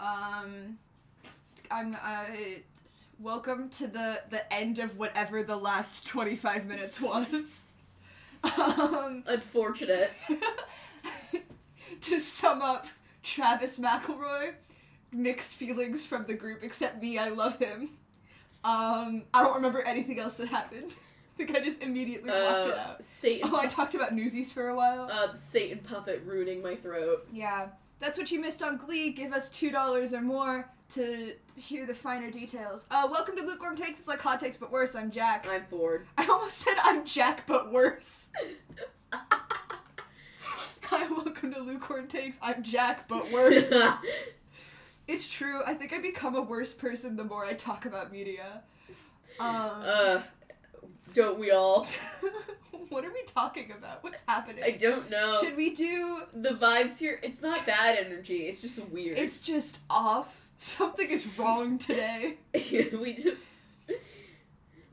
um, I'm. Uh, welcome to the the end of whatever the last twenty five minutes was. um, Unfortunate. to sum up, Travis McElroy, mixed feelings from the group except me. I love him. Um, I don't remember anything else that happened. I think I just immediately blocked it Uh, out. Satan. Oh, I talked about Newsies for a while. uh, the Satan puppet ruining my throat. Yeah, that's what you missed on Glee. Give us two dollars or more to hear the finer details. Uh, welcome to lukewarm takes. It's like hot takes but worse. I'm Jack. I'm bored. I almost said I'm Jack but worse. Hi, welcome to lukewarm takes. I'm Jack but worse. it's true. I think I become a worse person the more I talk about media. Um, uh, don't we all? what are we talking about? What's happening? I don't know. Should we do? The vibes here, it's not bad energy, it's just weird. It's just off. Something is wrong today. we just.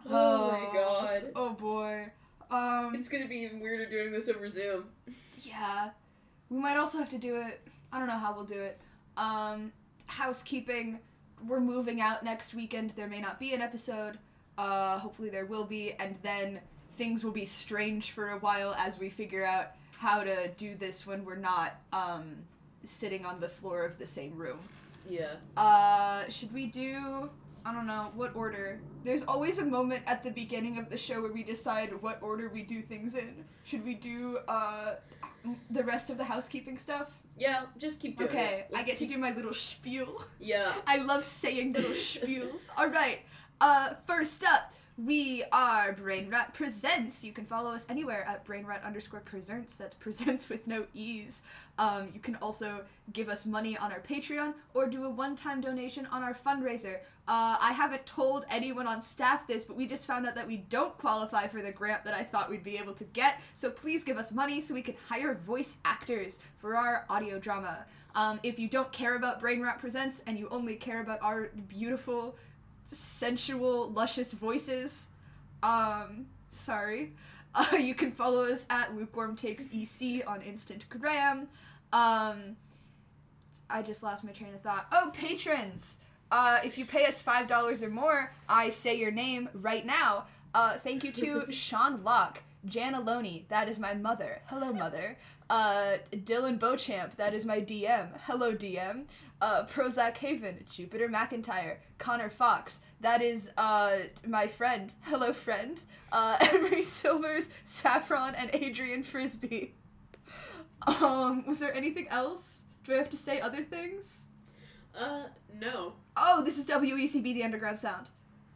Oh, my Oh. god. Oh boy. Um It's gonna be even weirder doing this over Zoom. yeah. We might also have to do it. I don't know how we'll do it. Um housekeeping. We're moving out next weekend. There may not be an episode. Uh hopefully there will be and then things will be strange for a while as we figure out how to do this when we're not um sitting on the floor of the same room. Yeah. Uh, should we do? I don't know what order. There's always a moment at the beginning of the show where we decide what order we do things in. Should we do uh, the rest of the housekeeping stuff? Yeah, just keep doing Okay, it. I get to do my little spiel. Yeah. I love saying little spiels. All right. Uh, first up, we are Brain Rot Presents. You can follow us anywhere at Brain Rot underscore Presents. That's presents with no e's. Um, you can also give us money on our Patreon or do a one-time donation on our fundraiser. Uh, I haven't told anyone on staff this, but we just found out that we don't qualify for the grant that I thought we'd be able to get. So please give us money so we can hire voice actors for our audio drama. Um, if you don't care about Brain Rot Presents and you only care about our beautiful, sensual, luscious voices, um, sorry. Uh, you can follow us at Lukewarm Takes EC on Instagram. Um, I just lost my train of thought. Oh, patrons! Uh, if you pay us five dollars or more, I say your name right now. Uh, thank you to Sean Locke, Jan Aloni, that is my mother. Hello, mother. Uh, Dylan Beauchamp, that is my DM. Hello, DM. Uh, Prozac Haven, Jupiter McIntyre, Connor Fox, that is uh, my friend. Hello, friend. Uh, Emery Silvers, Saffron, and Adrian Frisbee. Um, was there anything else? Do I have to say other things? Uh, no. Oh, this is WECB, the underground sound.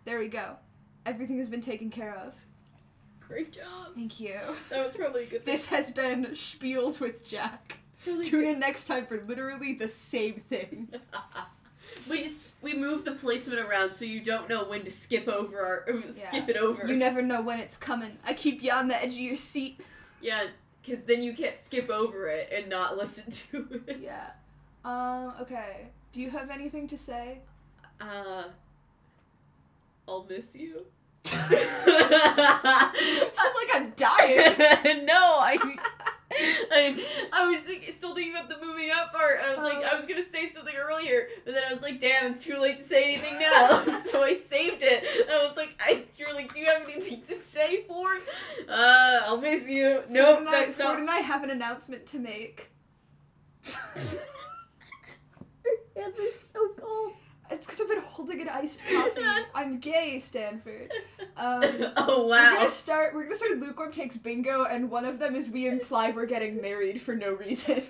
There we go. Everything has been taken care of. Great job. Thank you. That was probably a good thing. This has been Spiels with Jack. Really Tune in next time for literally the same thing. we just we move the placement around so you don't know when to skip over our uh, skip it over. You never know when it's coming. I keep you on the edge of your seat. yeah, because then you can't skip over it and not listen to it. Yeah. Um, okay. Do you have anything to say? Uh, I'll miss you. no, Sounds I. like I'm dying. I, I was think, still thinking about the moving up part. and I was like, I Um. was gonna say something earlier, but then I was like, damn, it's too late to say anything now. so I saved it. I was like, I, you were like, do you have anything to say for? it?" Uh, I'll miss you. Ford No, and I, that's Ford not. and I have an announcement to make. Yeah, but it's so cold. It's because I've been holding an iced coffee. I'm gay, Stanford. Um, oh We're wow. gonna start. We're gonna start. Lukewarm takes bingo, and one of them is we imply we're getting married for no reason.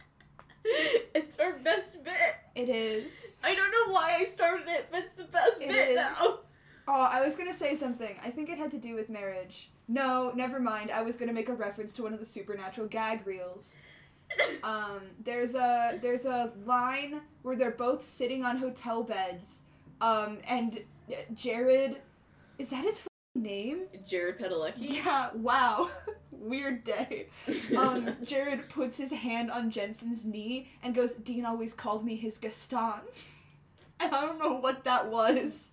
it's our best bit. It is. I don't know why I started it, but it's the best It bit is. now. Oh, I was gonna say something. I think it had to do with marriage. No, never mind. I was gonna make a reference to one of the supernatural gag reels. Um, there's a there's a line where they're both sitting on hotel beds, um, and Jared, is that his f- name? Jared Padalecki. Yeah. Wow. Weird day. um, Jared puts his hand on Jensen's knee and goes, Dean always called me his Gaston. And I don't know what that was.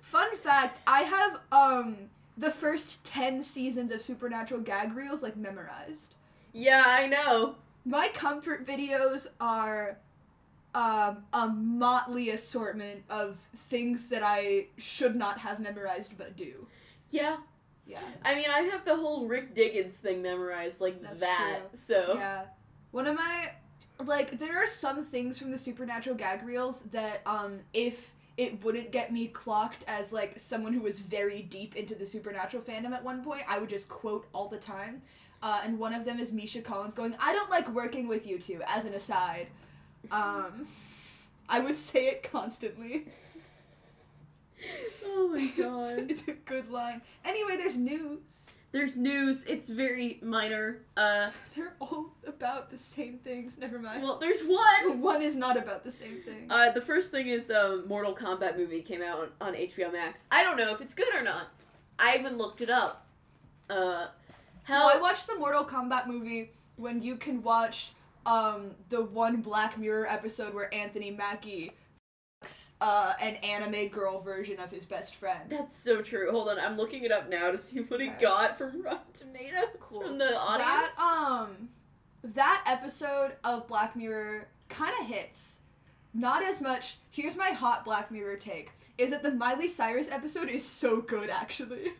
Fun fact, I have um the first ten seasons of Supernatural gag reels like memorized. yeah, I know. My comfort videos are um, a motley assortment of things that I should not have memorized but do. Yeah. Yeah. I mean, I have the whole Rick Diggins thing memorized like That's that. true. So Yeah. One of my like there are some things from the supernatural gag reels that um if it wouldn't get me clocked as like someone who was very deep into the supernatural fandom at one point, I would just quote all the time. Uh, and one of them is Misha Collins going, "I don't like working with you two. As an aside, um, I would say it constantly. Oh my It's- god. it's a good line. Anyway, there's news. There's news. It's very minor. Uh They're all about the same things. Never mind. well, there's one. One is not about the same thing. Uh the first thing is um Mortal Kombat movie came out on, on HBO Max. I don't know if it's good or not. I even looked it up. Uh Well, hell I watched the Mortal Kombat movie when you can watch um, the one Black Mirror episode where Anthony Mackie fucks, uh, an anime girl version of his best friend. That's so true. Hold on, I'm looking it up now to see what it Okay. got from Rotten Tomatoes Cool. from the audience. That um, that episode of Black Mirror kind of hits. Not as much. Here's my hot Black Mirror take: is that the Miley Cyrus episode is so good, actually.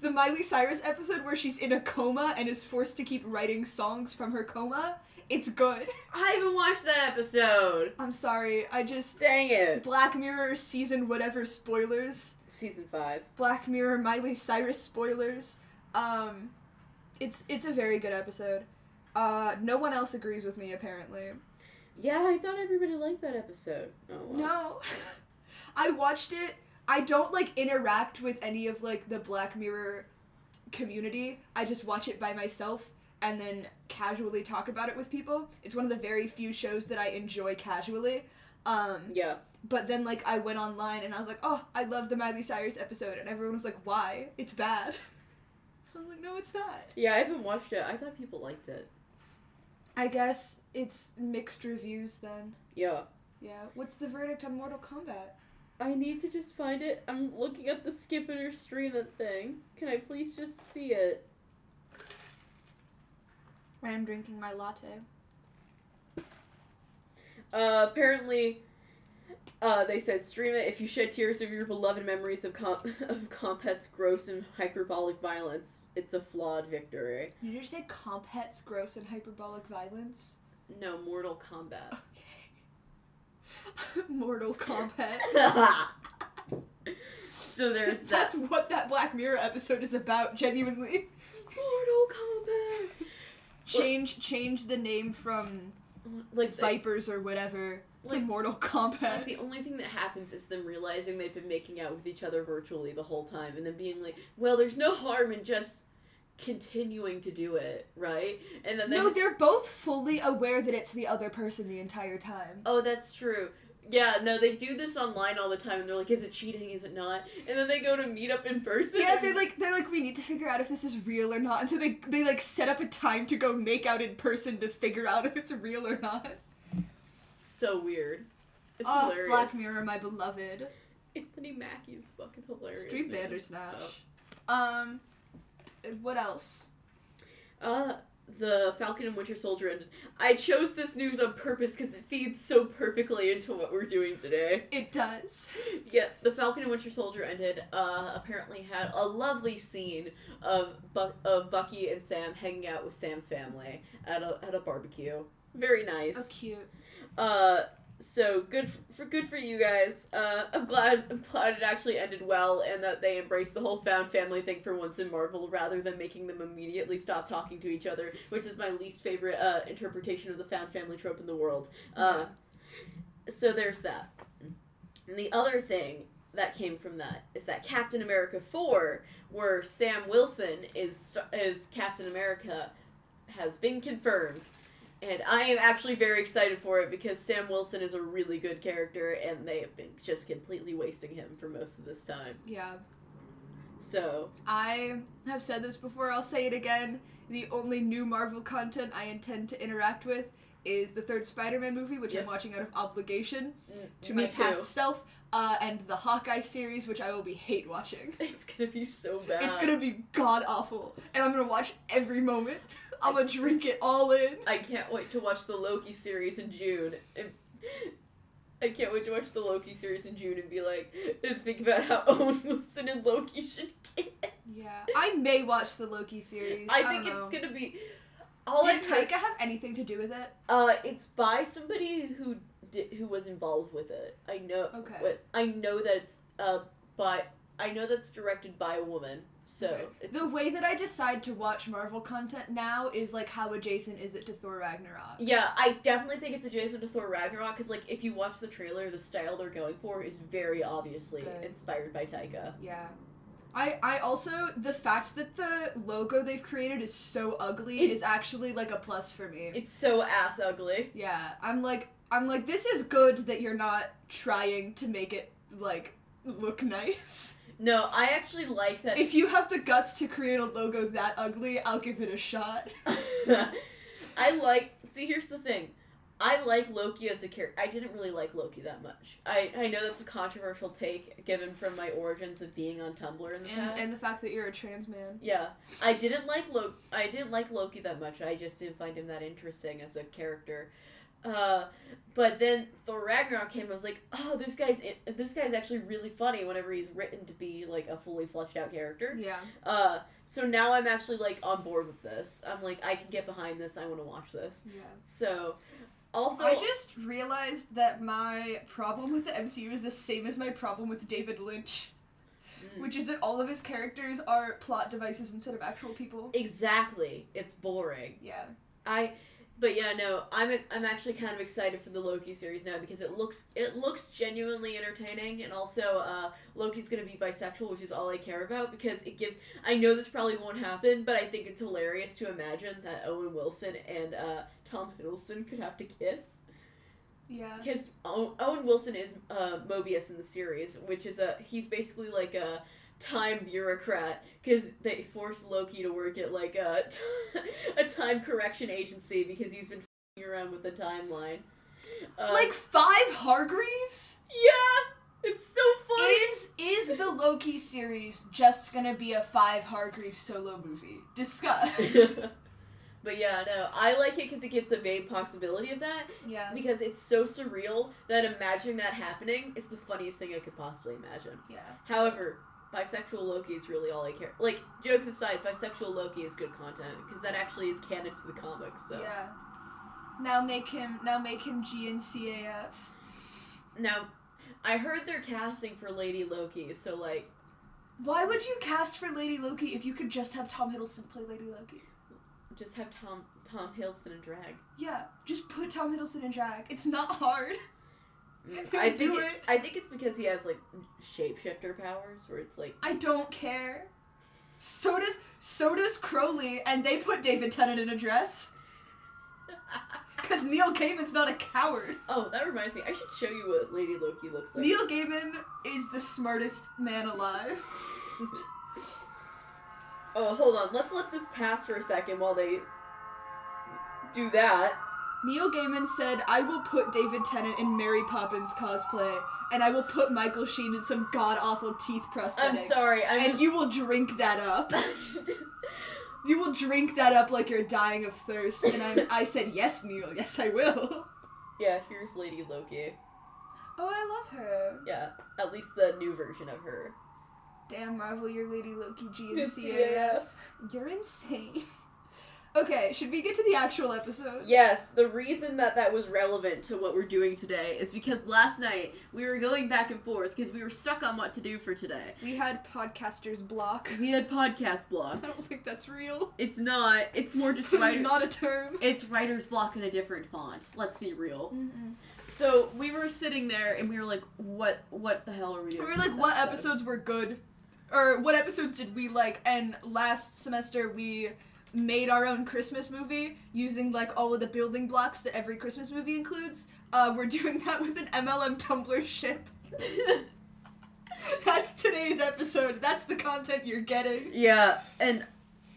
The Miley Cyrus episode where she's in a coma and is forced to keep writing songs from her coma. It's good. I haven't watched that episode. I'm sorry. I just Dang it. Black Mirror season whatever spoilers. Season five. Black Mirror Miley Cyrus spoilers. Um, it's it's a very good episode. Uh, no one else agrees with me apparently. Yeah, I thought everybody liked that episode. Oh well. No, I watched it. I don't like interact with any of like the Black Mirror community. I just watch it by myself and then casually talk about it with people. It's one of the very few shows that I enjoy casually. Um, Yeah. But then, like, I went online and I was like, oh, I love the Miley Cyrus episode. And everyone was like, why? It's bad. I was like, no, it's not. Yeah, I haven't watched it. I thought people liked it. I guess it's mixed reviews then. Yeah. Yeah. What's the verdict on Mortal Kombat? I need to just find it. I'm looking at the skip it or stream it thing. Can I please just see it? I am drinking my latte. Uh, apparently, uh, they said stream it if you shed tears of your beloved memories of com- of Compet's gross and hyperbolic violence. It's a flawed victory. Did you just say Compet's gross and hyperbolic violence? No, Mortal Kombat. Okay. Mortal Kombat. so there's that. That's what that Black Mirror episode is about, genuinely. Mortal Change change the name from Kombat. Like the- Vipers or whatever to Like- Mortal Like Kombat. the only thing that happens is them realizing they've been making out with each other virtually the whole time, and then being like, "Well, there's no harm in just continuing to do it, right?" And then they, No, they're both fully aware that it's the other person the entire time. oh, that's true. Yeah, no, they do this online all the time, and they're like, "Is it cheating? Is it not?" And then they go to meet up in person. Yeah, and- they're like they're like we need to figure out if this is real or not, and so they they like set up a time to go make out in person to figure out if it's real or not. so weird. It's oh, hilarious. Black Mirror, my beloved. Anthony Mackie is fucking hilarious. Street man. Bandersnatch. Oh. Um, what else? Uh, the Falcon and Winter Soldier ended. I chose this news on purpose because it feeds so perfectly into what we're doing today. It does. Yeah, the Falcon and Winter Soldier ended. Uh, apparently had a lovely scene of Buck of Bucky and Sam hanging out with Sam's family at a at a barbecue. Very nice. Oh, cute. Uh, so good f- for good for you guys. Uh, I'm glad I'm glad it actually ended well and that they embraced the whole found family thing for once in Marvel rather than making them immediately stop talking to each other, which is my least favorite uh, interpretation of the found family trope in the world. Uh, so there's that. And the other thing that came from that is that Captain America 4, where Sam Wilson is is Captain America, has been confirmed. And I am actually very excited for it because Sam Wilson is a really good character and they have been just completely wasting him for most of this time. Yeah, So, I have said this before. I'll say it again. The only new Marvel content I intend to interact with is the third Spider-Man movie, which I'm Yep. watching out of obligation n- to me my too. past self, uh, and the Hawkeye series, which I will be hate watching. It's gonna be so bad. It's gonna be god awful, and I'm gonna watch every moment. I'm gonna drink it all in. I can't wait to watch the Loki series in June. It I can't wait to watch the Loki series in June and be like, and think about how Owen Wilson and Loki should get. Yeah, I may watch the Loki series. I, I think don't know. it's gonna be. All Did I've heard- Taika have anything to do with it? Uh, it's by somebody who did, who was involved with it. I know. Okay. What I know that it's uh by I know that's directed by a woman. So Okay. it's, The way that I decide to watch Marvel content now is like how adjacent is it to Thor Ragnarok? yeah, I definitely think it's adjacent to Thor Ragnarok because like if you watch the trailer, the style they're going for is very obviously Good. inspired by Taika. Yeah. I, I also the fact that the logo they've created is so ugly It's- is actually like a plus for me. It's so ass ugly. yeah, I'm like I'm like this is good that you're not trying to make it like look nice. No, I actually like that. If you have the guts to create a logo that ugly, I'll give it a shot. I like. See, here's the thing. I like Loki as a character. I didn't really like Loki that much. I, I know that's a controversial take given from my origins of being on Tumblr in the And past. and the fact that you're a trans man. yeah, I didn't like Lo- I didn't like Loki that much. I just didn't find him that interesting as a character. Uh, but then Thor Ragnarok came. I was like, oh, this guy's in- this guy's actually really funny whenever he's written to be like a fully fleshed out character. Yeah. Uh, so now I'm actually like on board with this. I'm like, I can get behind this. I want to watch this. Yeah. So, also, I just realized that my problem with the MCU is the same as my problem with David Lynch, Mm. which is that all of his characters are plot devices instead of actual people. exactly, it's boring. Yeah. I, but yeah, no, I'm I'm actually kind of excited for the Loki series now because it looks it looks genuinely entertaining, and also uh, Loki's gonna be bisexual, which is all I care about because it gives. I know this probably won't happen, but I think it's hilarious to imagine that Owen Wilson and uh, Tom Hiddleston could have to kiss. Yeah. Because Ow- Owen Wilson is uh, Mobius in the series, which is a he's basically like a time bureaucrat because they forced Loki to work at like a a time correction agency because he's been f***ing around with the timeline. Uh, like five Hargreaves? yeah, it's so funny. Is is the Loki series just gonna be a five Hargreaves solo movie? Discuss. but yeah, no, I like it because it gives the vague possibility of that yeah. because it's so surreal that imagining that happening is the funniest thing I could possibly imagine. Yeah. However, bisexual Loki is really all I care. Like jokes aside, bisexual Loki is good content because that actually is canon to the comics. So Yeah. Now make him now make him GNCAF. now, I heard they're casting for Lady Loki. So like, Why would you cast for Lady Loki if you could just have Tom Hiddleston play Lady Loki? just have Tom Tom Hiddleston in drag. Yeah, just put Tom Hiddleston in drag. It's not hard. Mm, I think Do it- it. I think it's because he has like shapeshifter powers where it's like I don't care. So does so does Crowley, and they put David Tennant in a dress because Neil Gaiman's not a coward. Oh, that reminds me. I should show you what Lady Loki looks like. Neil Gaiman is the smartest man alive. oh, hold on. Let's let this pass for a second while they do that. Neil Gaiman said, "I will put David Tennant in Mary Poppins cosplay, and I will put Michael Sheen in some god awful teeth prosthetics." I'm sorry. I'm And you will drink that up. You will drink that up like you're dying of thirst. And I'm, I said, yes, Neil, yes, I will. yeah, here's Lady Loki. Oh, I love her. Yeah, at least the new version of her. Damn, Marvel, you're Lady Loki Yeah. GNCAF. You're insane. Okay, should we get to the actual episode? Yes, the reason that that was relevant to what we're doing today is because last night we were going back and forth because we were stuck on what to do for today. We had podcaster's block. We had podcast I block. don't think that's real. It's not. It's more just It's writer. not a term. it's writer's block in a different font. Let's be real. So we were sitting there and we were like, "What? What the hell are we We doing?" were for like, this what episodes were good? Or what episodes did we like? And last semester we made our own Christmas movie using like all of the building blocks that every Christmas movie includes. Uh, we're doing that with an MLM Tumblr ship. That's today's episode. That's the content you're getting. yeah, and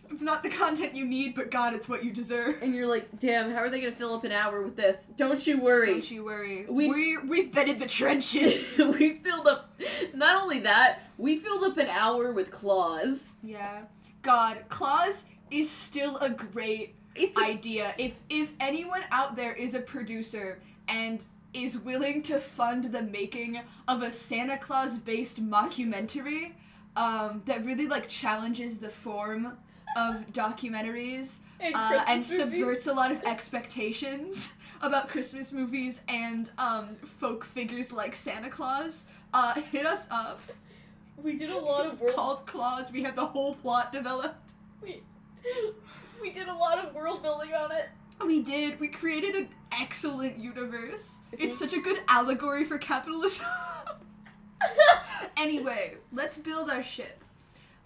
It's not the content you need, but God, it's what you deserve. and you're like, "Damn, how are they gonna fill up an hour with this?" Don't you worry. Don't you worry. We- We we've been in the trenches. So we filled up. Not only that, we filled up an hour with claws. yeah. God, Claus is still a great It's a- idea. If if anyone out there is a producer and is willing to fund the making of a Santa Claus based mockumentary um, that really like challenges the form of documentaries And, uh, and Christmas movies. subverts a lot of expectations about Christmas movies and um, folk figures like Santa Claus. Uh, hit us up. We did a lot of It's world. called Claus. We had the whole plot developed. we, we did a lot of world building on it. We did. We created an excellent universe. It's Mhm. such a good allegory for capitalism. anyway, let's build our ship.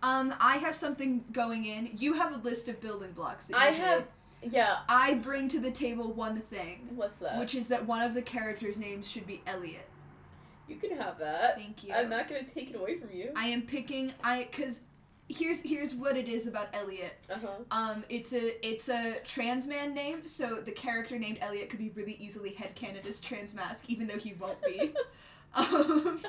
Um, I have something going in. You have a list of building blocks. that I you've have. made. Yeah. I bring to the table one thing, What's that? which is that one of the characters' names should be Elliot. you can have that. Thank you. I'm not gonna take it away from you. I am picking. I because here's here's what it is about Elliot. Uh huh. Um, it's a it's a trans man name, so the character named Elliot could be really easily headcanon as trans mask, even though he won't be. um,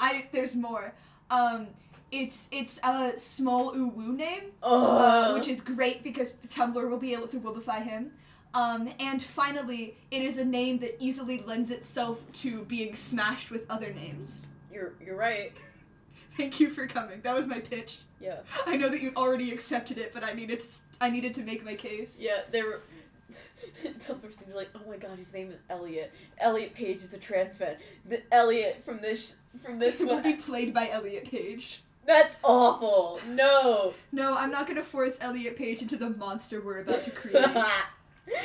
I there's more. Um, it's it's a small uwu name, uh, Uh-huh. which is great because Tumblr will be able to wobify him. Um, and finally, it is a name that easily lends itself to being smashed with other names. you're you're right. Thank you for coming. That was my pitch. Yeah. I know that you already accepted it, but I needed to, I needed to make my case. Yeah, they were. Tumblr seemed like, oh my god, his name is Elliot. Elliot Page is a trans man. The Elliot from this from this It will one. be played by Elliot Page. That's awful. No. No, I'm not gonna force Elliot Page into the monster we're about to create.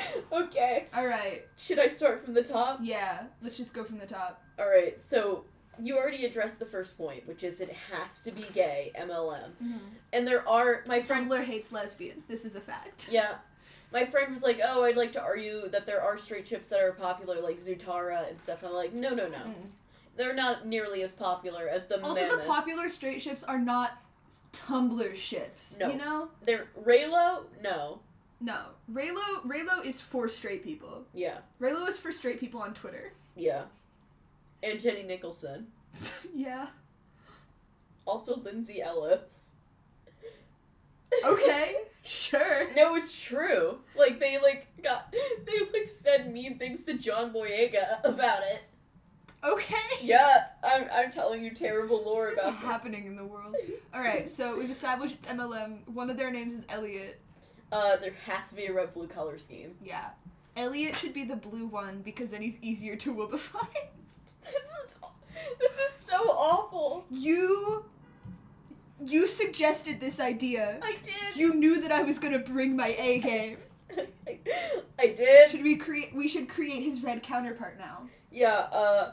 okay. All right, Should I start from the top? yeah, let's just go from the top. All right. So you already addressed the first point, which is it has to be gay. MLM. Mm-hmm. And there are my friend. Tumblr hates lesbians. This is a fact. Yeah. My friend was like, "Oh, I'd like to argue that there are straight ships that are popular, like Zutara and stuff." I'm like, "No, no, no. Mm. They're not nearly as popular as the Also, the mammoths. popular straight ships are not Tumblr ships. No. You know? They're Raylo? No. No. Raylo Raylo is for straight people. Yeah. Raylo is for straight people on Twitter. Yeah. And Jenny Nicholson. yeah. Also Lindsay Ellis. Okay. sure. no, it's true. Like they like got they like said mean things to John Boyega about it. Okay. Yeah, I'm I'm telling you terrible lore What is about them. happening in the world? All right, so we've established it's MLM. One of their names is Elliot. Uh there has to be a red blue color scheme. Yeah. Elliot should be the blue one because then he's easier to wobify. This is aw- this is so awful. You you suggested this idea. I did. You knew that I was gonna bring my A game. I did. Should we create? We should create his red counterpart now. Yeah, uh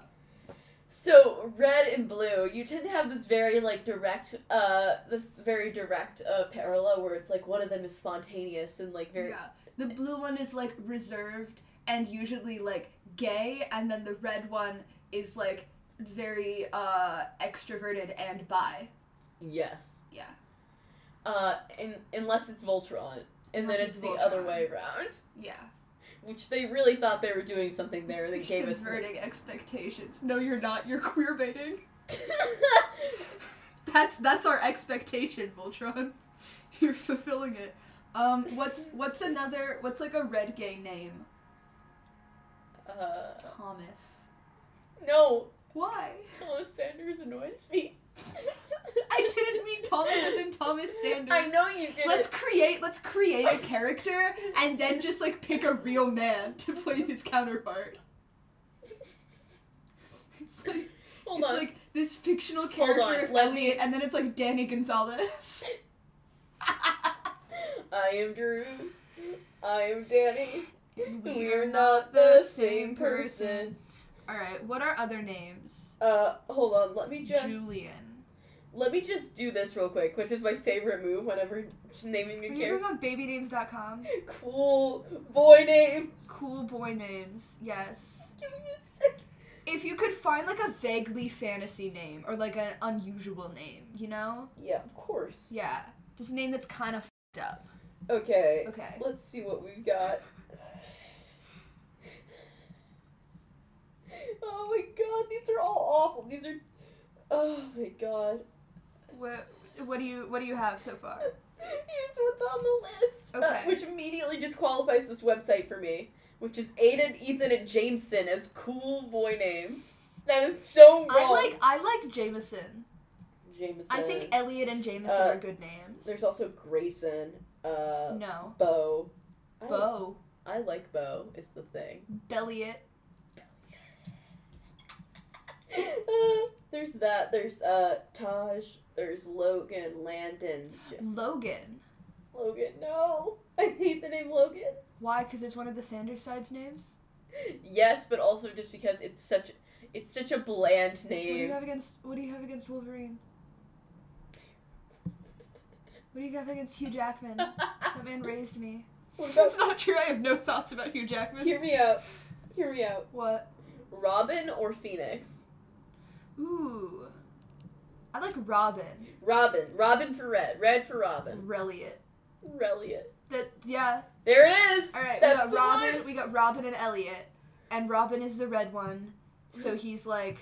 so red and blue, you tend to have this very like direct uh this very direct uh parallel where it's like one of them is spontaneous and like very Yeah. The blue one is like reserved and usually like gay, and then the red one is like very uh extroverted and bi. yes. Yeah. Uh and unless it's Voltron. And Unless then it's it's, the other Voltron. way around. Yeah. Which they really thought they were doing something there. They gave us Subverting expectations. No, you're not. You're queer baiting. That's that's our expectation, Voltron. You're fulfilling it. Um, what's what's another? What's like a red gay name? uh Thomas. no, Why? Thomas Sanders annoys me. I didn't mean Thomas as in Thomas Sanders. I know you did. Let's create let's create a character and then just like pick a real man to play his counterpart. It's like Hold it's on. like this fictional character on, of let me- Elliot, and then it's like Danny Gonzalez. I am Drew. I am Danny. We are not the same person. All right, what are other names? Uh, hold on. Let me just Julian. let me just do this real quick, which is my favorite move whenever naming Are you new going character. on babynames.com? Cool boy name. Cool boy names, yes. Give me a second. If you could find like a vaguely fantasy name or like an unusual name, you know? Yeah, of course. Yeah, just a name that's kind of fed up. Okay. Okay. Let's see what we've got. Oh my god, these are all awful. These are. Oh my god. What what do you what do you have so far? Here's what's on the list. uh, Okay. which immediately disqualifies this website for me. which is Aiden, Ethan, and Jameson as cool boy names. That is so wrong. I like I like Jameson. Jameson. I think Elliot and Jameson Uh, are good names. there's also Grayson, uh, no Bo. I- Bo, I like Bo is the thing. Belliot. Uh, there's that. There's uh Taj. There's Logan, Landon, J- Logan. Logan. No, I hate the name Logan. Why? Because it's one of the Sanders side's names. Yes, but also just because it's such it's such a bland What do you name. have against What do you have against Wolverine? What do you have against Hugh Jackman? That man raised me. What about- That's not true. I have no thoughts about Hugh Jackman. hear me out. Hear me out. What? Robin or Phoenix? Ooh. I like Robin. Robin. Robin for red. Red for Robin. Reliot. Reliot. That yeah. There it is. All right. That's we the got Robin. one. We got Robin and Elliot, and Robin is the red one, so he's like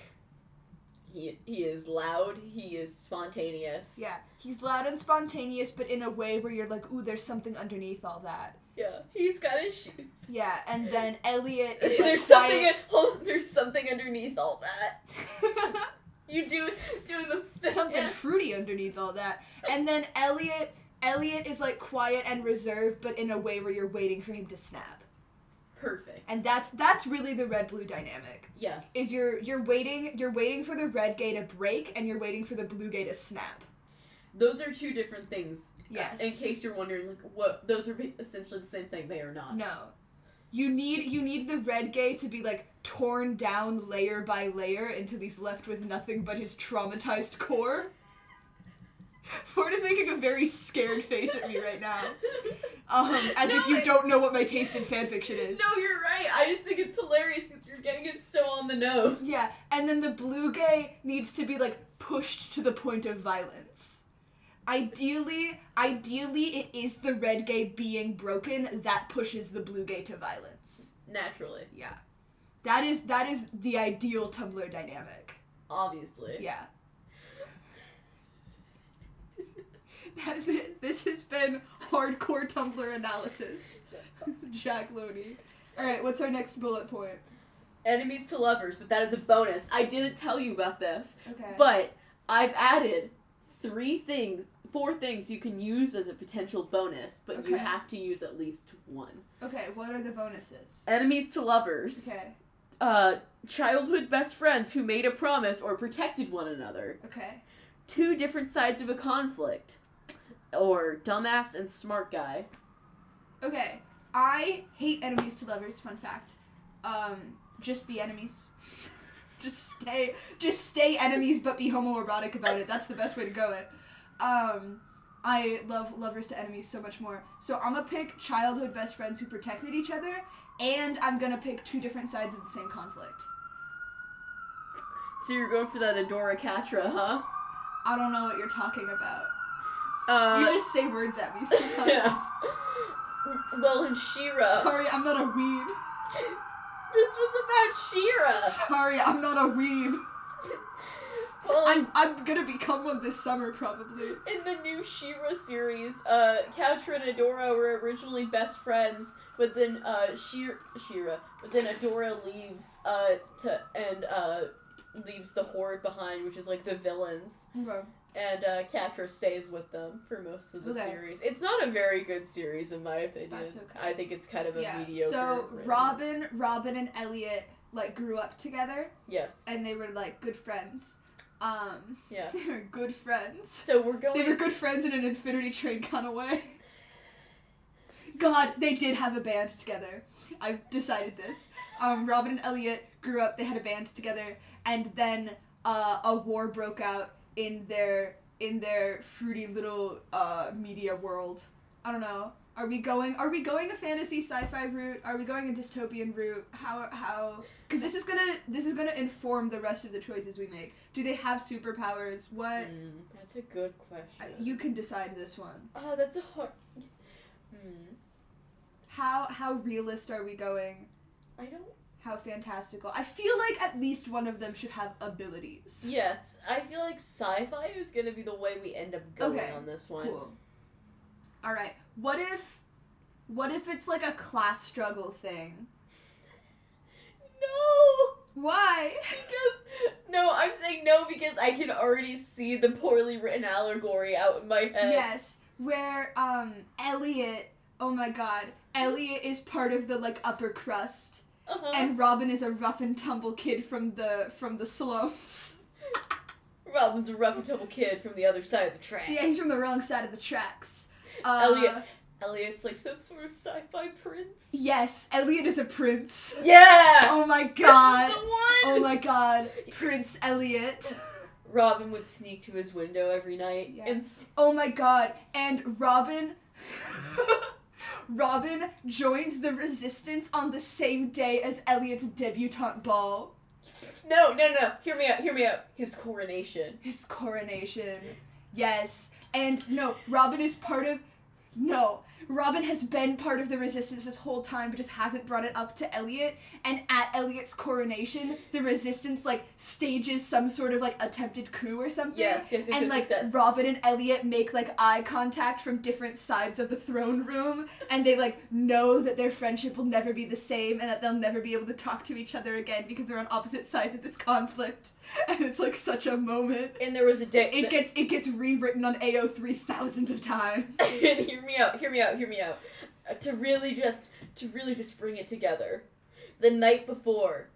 He he is loud. He is spontaneous. yeah. He's loud and spontaneous, but in a way where you're like, ooh, there's something underneath all that. Yeah. He's got his shoes. Yeah, and then Elliot is like there's something. quiet. hold on, there's something underneath all that. You do doing the thing. something Yeah. fruity underneath all that. And then Elliot, Elliot is like quiet and reserved, but in a way where you're waiting for him to snap. Perfect. And that's that's really the red blue dynamic. Yes. Is you're you're waiting you're waiting for the red gay to break and you're waiting for the blue gay to snap. Those are two different things. Yes. Uh, In case you're wondering, like, what those are ba- essentially the same thing. They are not. No. You need you need the red gay to be like torn down layer by layer until he's left with nothing but his traumatized core. Ford is making a very scared face at me right now. Um, as No, if you it- don't know what my taste in fanfiction is. No, you're right. I just think it's hilarious because you're getting it so on the nose. Yeah, and then the blue gay needs to be like pushed to the point of violence. Ideally, ideally it is the red gay being broken that pushes the blue gay to violence. Naturally, Yeah. That is that is the ideal Tumblr dynamic. obviously. Yeah. this has been hardcore Tumblr analysis. Jack Loney. All right, what's our next bullet point? Enemies to lovers, but that is a bonus. I didn't tell you about this, Okay. but I've added three things, four things you can use as a potential bonus, but you Okay. have to use at least one. okay, what are the bonuses? Enemies to lovers, Okay. uh, childhood best friends who made a promise or protected one another, Okay. two different sides of a conflict, or dumbass and smart guy. Okay. I hate enemies to lovers, fun fact. Um just be enemies. just stay just stay enemies but be homoerotic about it. That's the best way to go it. Um I love lovers to enemies so much more. So I'm gonna pick childhood best friends who protected each other, and I'm gonna pick two different sides of the same conflict. So you're going for that Adora Catra, huh? I don't know what you're talking about. Uh, you just say words at me sometimes. Yeah. Well, in Shira, Sorry, I'm not a weeb. this was about Shira. Sorry, I'm not a weeb. Well, I'm, I'm gonna become one this summer probably. in the new Shira series, uh, Catra and Adora were originally best friends, but then uh, Shira, Shira, but then Adora leaves uh, to and uh, leaves the Horde behind, which is like the villains. Okay. And uh, Catra stays with them for most of the Okay. series. It's not a very good series, in my opinion. That's okay. I think it's kind of a Yeah. mediocre. So rating. Robin, Robin and Elliot like grew up together Yes. and they were like good friends. Um Yeah. they were good friends. So we're going. They were good friends in an infinity train kind of way. God, they did have a band together. I've decided this. Um, Robin and Elliot grew up, they had a band together, and then uh, a war broke out in their in their fruity little uh, media world. I don't know. Are we going are we going a fantasy sci-fi route? Are we going a dystopian route? How how cuz this is going to this is going to inform the rest of the choices we make. Do they have superpowers? What Mm, that's a good question. uh, You can decide this one. oh, that's a hard. Hmm. How how realist are we going? I don't. How fantastical? I feel like at least one of them should have abilities. Yet I feel like sci-fi is gonna be the way we end up going Okay, on this one. Cool. All right. What if what if it's like a class struggle thing Why? Because no, I'm saying no because I can already see the poorly written allegory out in my head. Yes, where um Elliot. Oh my God, Elliot is part of the like upper crust, Uh-huh. and Robin is a rough and tumble kid from the from the slums. Robin's a rough and tumble kid from the other side of the tracks. Yeah, he's from the wrong side of the tracks. Uh, Elliot. Elliot's like some sort of sci-fi prince. Yes, Elliot is a prince. Yeah. Oh my God. This is the one. Oh my God, Prince Elliot. Robin would sneak to his window every night Yeah. and s- Oh my god. And Robin. Robin joined the resistance on the same day as Elliot's debutante ball. no, no, no. Hear me out. Hear me out. His coronation. His coronation. Yes. And no, Robin is part of. No. Robin has been part of the resistance this whole time, but just hasn't brought it up to Elliot. And at Elliot's coronation, the resistance, like, stages some sort of, like, attempted coup or something. Yes, yes, yes, and yes, like yes, yes. Robin and Elliot make like eye contact from different sides of the throne room, and they like know that their friendship will never be the same, and that they'll never be able to talk to each other again because they're on opposite sides of this conflict, and it's like such a moment. And there was a day. It gets it gets rewritten on AO three thousands of times. and hear me out, hear me out, hear me out. Uh, to really just to really just bring it together. The night before,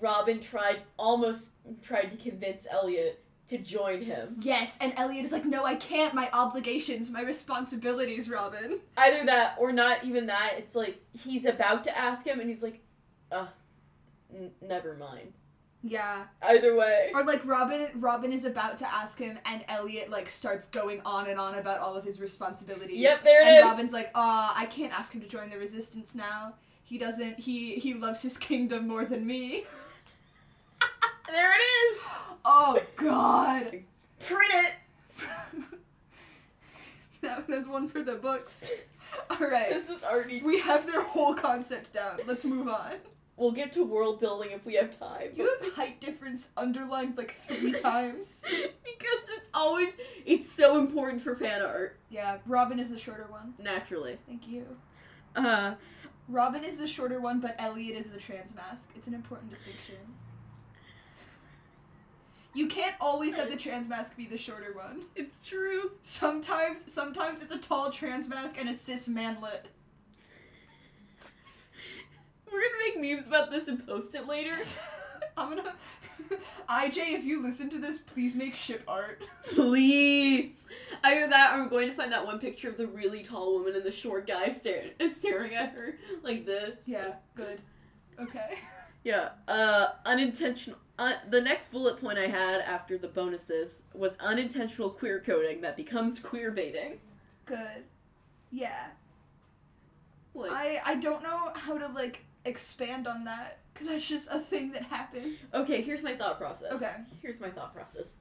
Robin tried almost tried to convince Elliot to join him. Yes, and Elliot is like, no, I can't. My obligations, my responsibilities, Robin. Either that or not even that. It's like he's about to ask him and he's like, "Uh, n- never mind." Yeah. Either way. Or like Robin Robin is about to ask him and Elliot like starts going on and on about all of his responsibilities. Yep, there it and is. Robin's like, "Ah, I can't ask him to join the resistance now. He doesn't he he loves his kingdom more than me." there it is. Oh god. Print it. that, that's one for the books. All right. This is already. We have their whole concept down. Let's move on. We'll get to world building if we have time. You have height difference underlined like 3 times. because it's always it's so important for fan art. Yeah, Robin is the shorter one. Naturally. Thank you. Uh, Robin is the shorter one, but Elliot is the trans mask. It's an important distinction. You can't always have the trans mask be the shorter one. It's true. Sometimes, sometimes it's a tall trans mask and a cis manlet. We're gonna make memes about this and post it later. I'm gonna, IJ, if you listen to this, please make ship art. Please. Either that or I'm going to find that one picture of the really tall woman and the short guy staring staring at her like this. Yeah, good. Okay. Yeah. Uh unintentional uh, the next bullet point I had after the bonuses was unintentional queer coding that becomes queer baiting. Good. Yeah. Like I I don't know how to like expand on that because that's just a thing that happens. Okay, here's my thought process. Okay. Here's my thought process.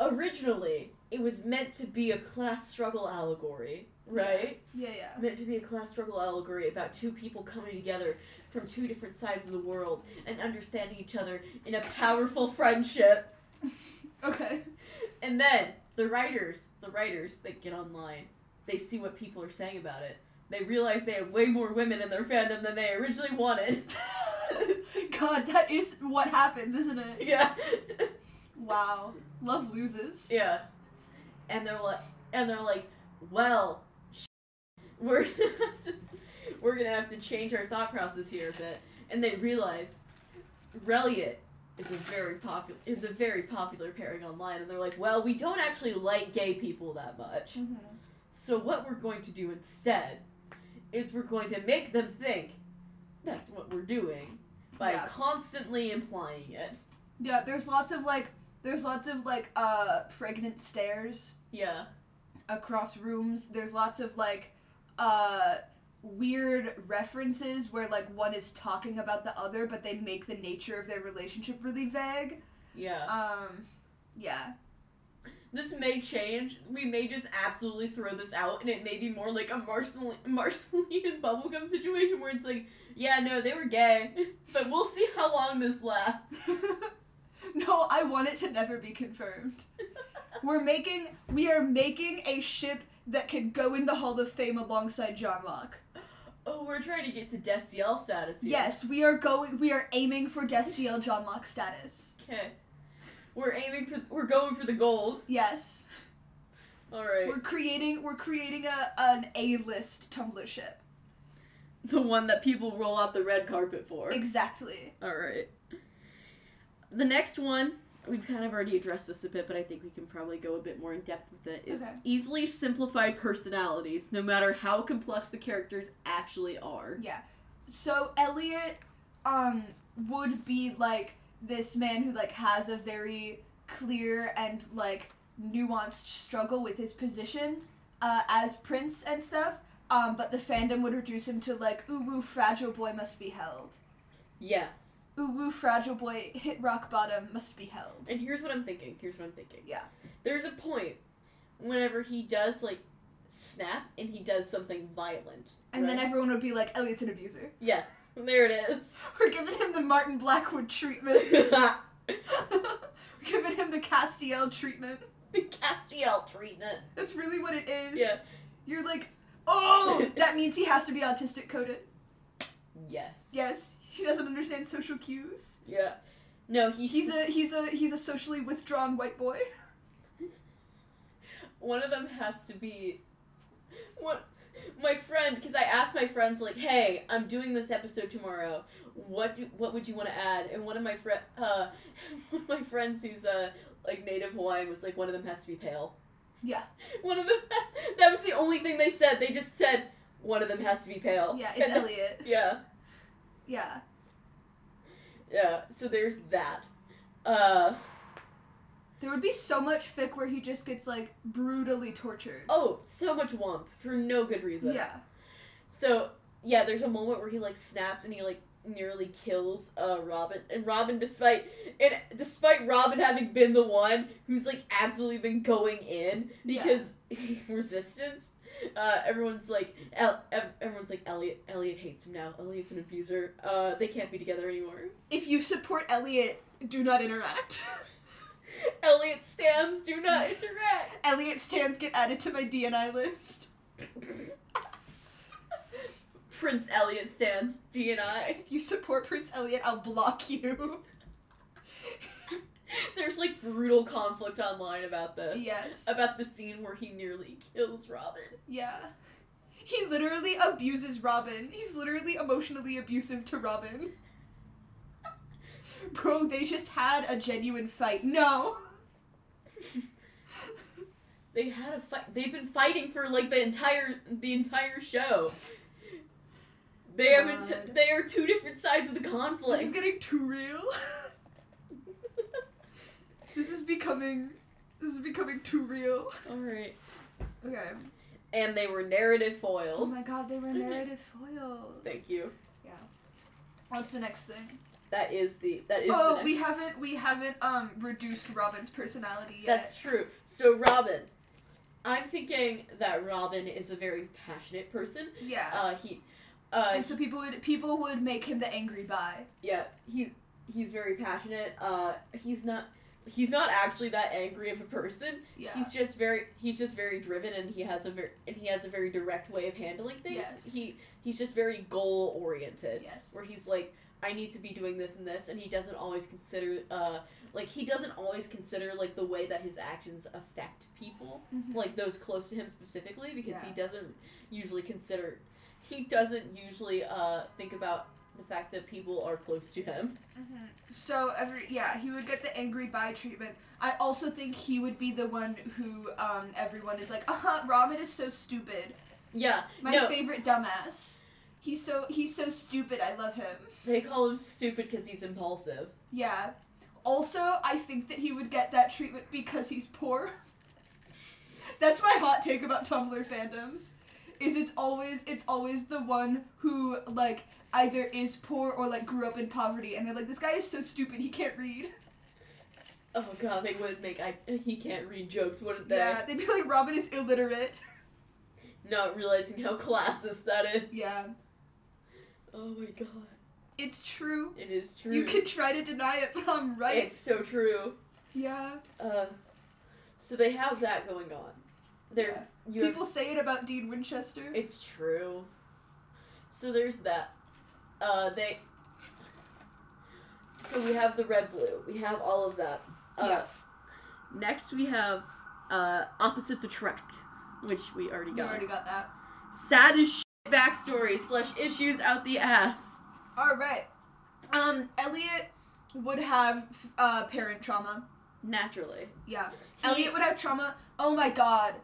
Originally, it was meant to be a class struggle allegory, right? Yeah, yeah. meant to be a class struggle allegory about two people coming together from two different sides of the world and understanding each other in a powerful friendship. Okay. And then the writers, the writers that get online, they see what people are saying about it. They realize they have way more women in their fandom than they originally wanted. God, that is what happens, isn't it? yeah. Wow. Love loses. Yeah. And they're like and they're like, "Well, sh- we're gonna have to, we're going to have to change our thought process here a bit." And they realize Reliot is a very popular is a very popular pairing online and they're like, "Well, we don't actually like gay people that much. hmm So what we're going to do instead is we're going to make them think that's what we're doing by Yeah. constantly implying it." Yeah, there's lots of like there's lots of like uh pregnant stairs Yeah. across rooms. There's lots of like uh weird references where like one is talking about the other but they make the nature of their relationship really vague. Yeah. Um yeah. This may change. We may just absolutely throw this out, and it may be more like a Marceline, Marceline and Bubblegum situation where it's like, yeah, no, they were gay, but we'll see how long this lasts. no, I want it to never be confirmed. We're making we are making a ship that could go in the Hall of Fame alongside John Locke. oh, we're trying to get to Destiel status. Here. Yes, we are going. We are aiming for Destiel John Locke status. Okay. We're aiming for. We're going for the gold. Yes, All right. we're creating. We're creating a an A list Tumblr ship. the one that people roll out the red carpet for. Exactly. All right. The next one, we've kind of already addressed this a bit, but I think we can probably go a bit more in depth with it. Is Okay. easily simplified personalities, no matter how complex the characters actually are. So Elliot, um, would be like this man who like has a very clear and like nuanced struggle with his position, uh, as prince and stuff. Um, but the fandom would reduce him to like, ooh, woo, fragile boy must be held. Yes. Ooh, woo, fragile boy, hit rock bottom must be held. And here's what I'm thinking. Here's what I'm thinking. Yeah. There's a point whenever he does like snap and he does something violent. And then right? everyone would be like, Elliot's an abuser. Yes. There it is. We're giving him the Martin Blackwood treatment. We're giving him the Castiel treatment. the Castiel treatment. That's really what it is. Yeah. You're like, oh, that means he has to be autistic coded. Yes. Yes, he doesn't understand social cues. Yeah. No, He's a he's a he's a socially withdrawn white boy. one of them has to be one my friend because i asked my friends like hey i'm doing this episode tomorrow what do, what would you want to add and one of my friend uh one of my friends who's uh like native hawaiian was like one of them has to be pale Yeah. one of them that was the only thing they said they just said one of them has to be pale Yeah, it's And- Elliot. yeah Yeah. yeah so there's that uh There would be so much fic where he just gets like brutally tortured. oh so much womp for no good reason Yeah. So yeah, there's a moment where he like snaps and he like nearly kills uh Robin and Robin despite and despite Robin having been the one who's like absolutely been going in Yeah. because resistance uh everyone's like El- ev- everyone's like Elliot Elliot hates him now Elliot's an abuser uh they can't be together anymore If you support Elliot, do not interact. Elliot stands do not interact Elliot stands get added to my DNI list. Prince Elliot stands D and I If you support Prince Elliot, I'll block you. there's like brutal conflict online about this yes. about the scene where he nearly kills Robin Yeah. He literally abuses Robin. He's literally emotionally abusive to Robin. Bro, they just had a genuine fight. No. They had a fight. They've been fighting for like the entire the entire show. They haven't. T- God. they are two different sides of the This is conflict. getting too real. this is becoming this is becoming too real. All right. Okay. And they were narrative Oh foils. my god, they were narrative foils. Thank you. What's the next thing? That is the that is. the Oh, next- we haven't we haven't um reduced Robin's personality yet. That's true. So Robin, I'm thinking that Robin is a very passionate person. yeah. Uh, he, uh, and so people would people would make him the angry by. yeah, he he's very passionate. Uh, he's not he's not actually that angry of a person. Yeah. He's just very he's just very driven and he has a very and he has a very direct way of handling things. Yes. He he's just very goal oriented. yes. Where he's like I need to be doing this and this and he doesn't always consider uh like he doesn't always consider like the way that his actions affect people, Mhm. like those close to him specifically because he Yeah. doesn't usually consider he doesn't usually uh think about the fact that people are close to him. Mhm. So every yeah, he would get the angry by treatment. I also think he would be the one who um everyone is like, uh huh, Robin is so stupid. Yeah. My no, favorite dumbass. He's so he's so stupid. I love him. they call him stupid cuz he's impulsive. Yeah. Also, I think that he would get that treatment because he's poor. That's my hot take about Tumblr fandoms. Is it's always it's always the one who like either is poor or like grew up in poverty and they're like this guy is so stupid he can't read. Oh god, they wouldn't make I he can't read jokes, wouldn't they? Yeah, they'd be like Robin is illiterate. Not realizing how classist that is. Yeah. Oh my god. It's true. It is true. You can try to deny it, but I'm right. It's so true. yeah. Uh so they have that going on. They're you have- People say it about Dean Winchester. it's true. So there's that. Uh, they. So we have the red blue. We have all of that. Uh, Yeah. Next we have uh, opposites attract, which we already We got. already got that. Sad as shit backstory slash issues out the ass. All right. Um, Elliot would have uh, parent trauma. Naturally. Yeah. He- Elliot would have trauma. Oh my god.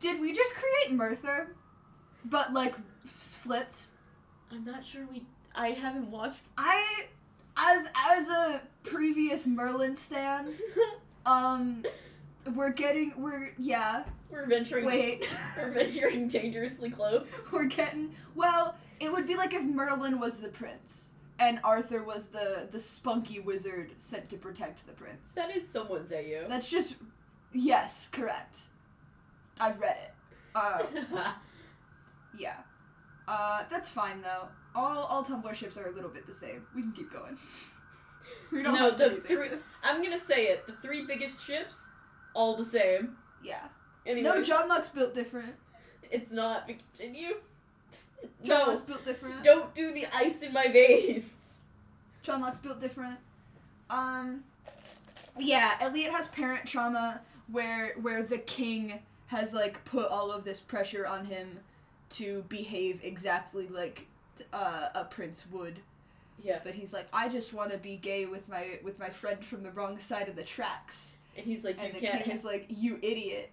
Did we just create Murther? But like s- flipped. I'm not sure we. I haven't watched. I as as a previous Merlin stan, um we're getting we're yeah, We're venturing. wait. We're venturing dangerously close. we're getting well, it would be like if Merlin was the prince and Arthur was the the spunky wizard sent to protect the prince. That is someone's AU. That's just yes, correct. I've read it. Uh, yeah. Uh, that's fine though. All all Tumblr ships are a little bit the same. We can keep going. we don't No, have to the rethink three- this. I'm gonna say it. The three biggest ships, all the same. Yeah. Anyway, No, John Locke's built different. it's not. We continue. John No, Locke's built different. don't do the ice in my veins. John Locke's built different. Um, yeah, Elliot has parent trauma where where the king has like put all of this pressure on him to behave exactly like uh, a prince would, Yeah, but he's like, I just want to be gay with my with my friend from the wrong side of the tracks, and he's like, and you the can't. king is like, you idiot.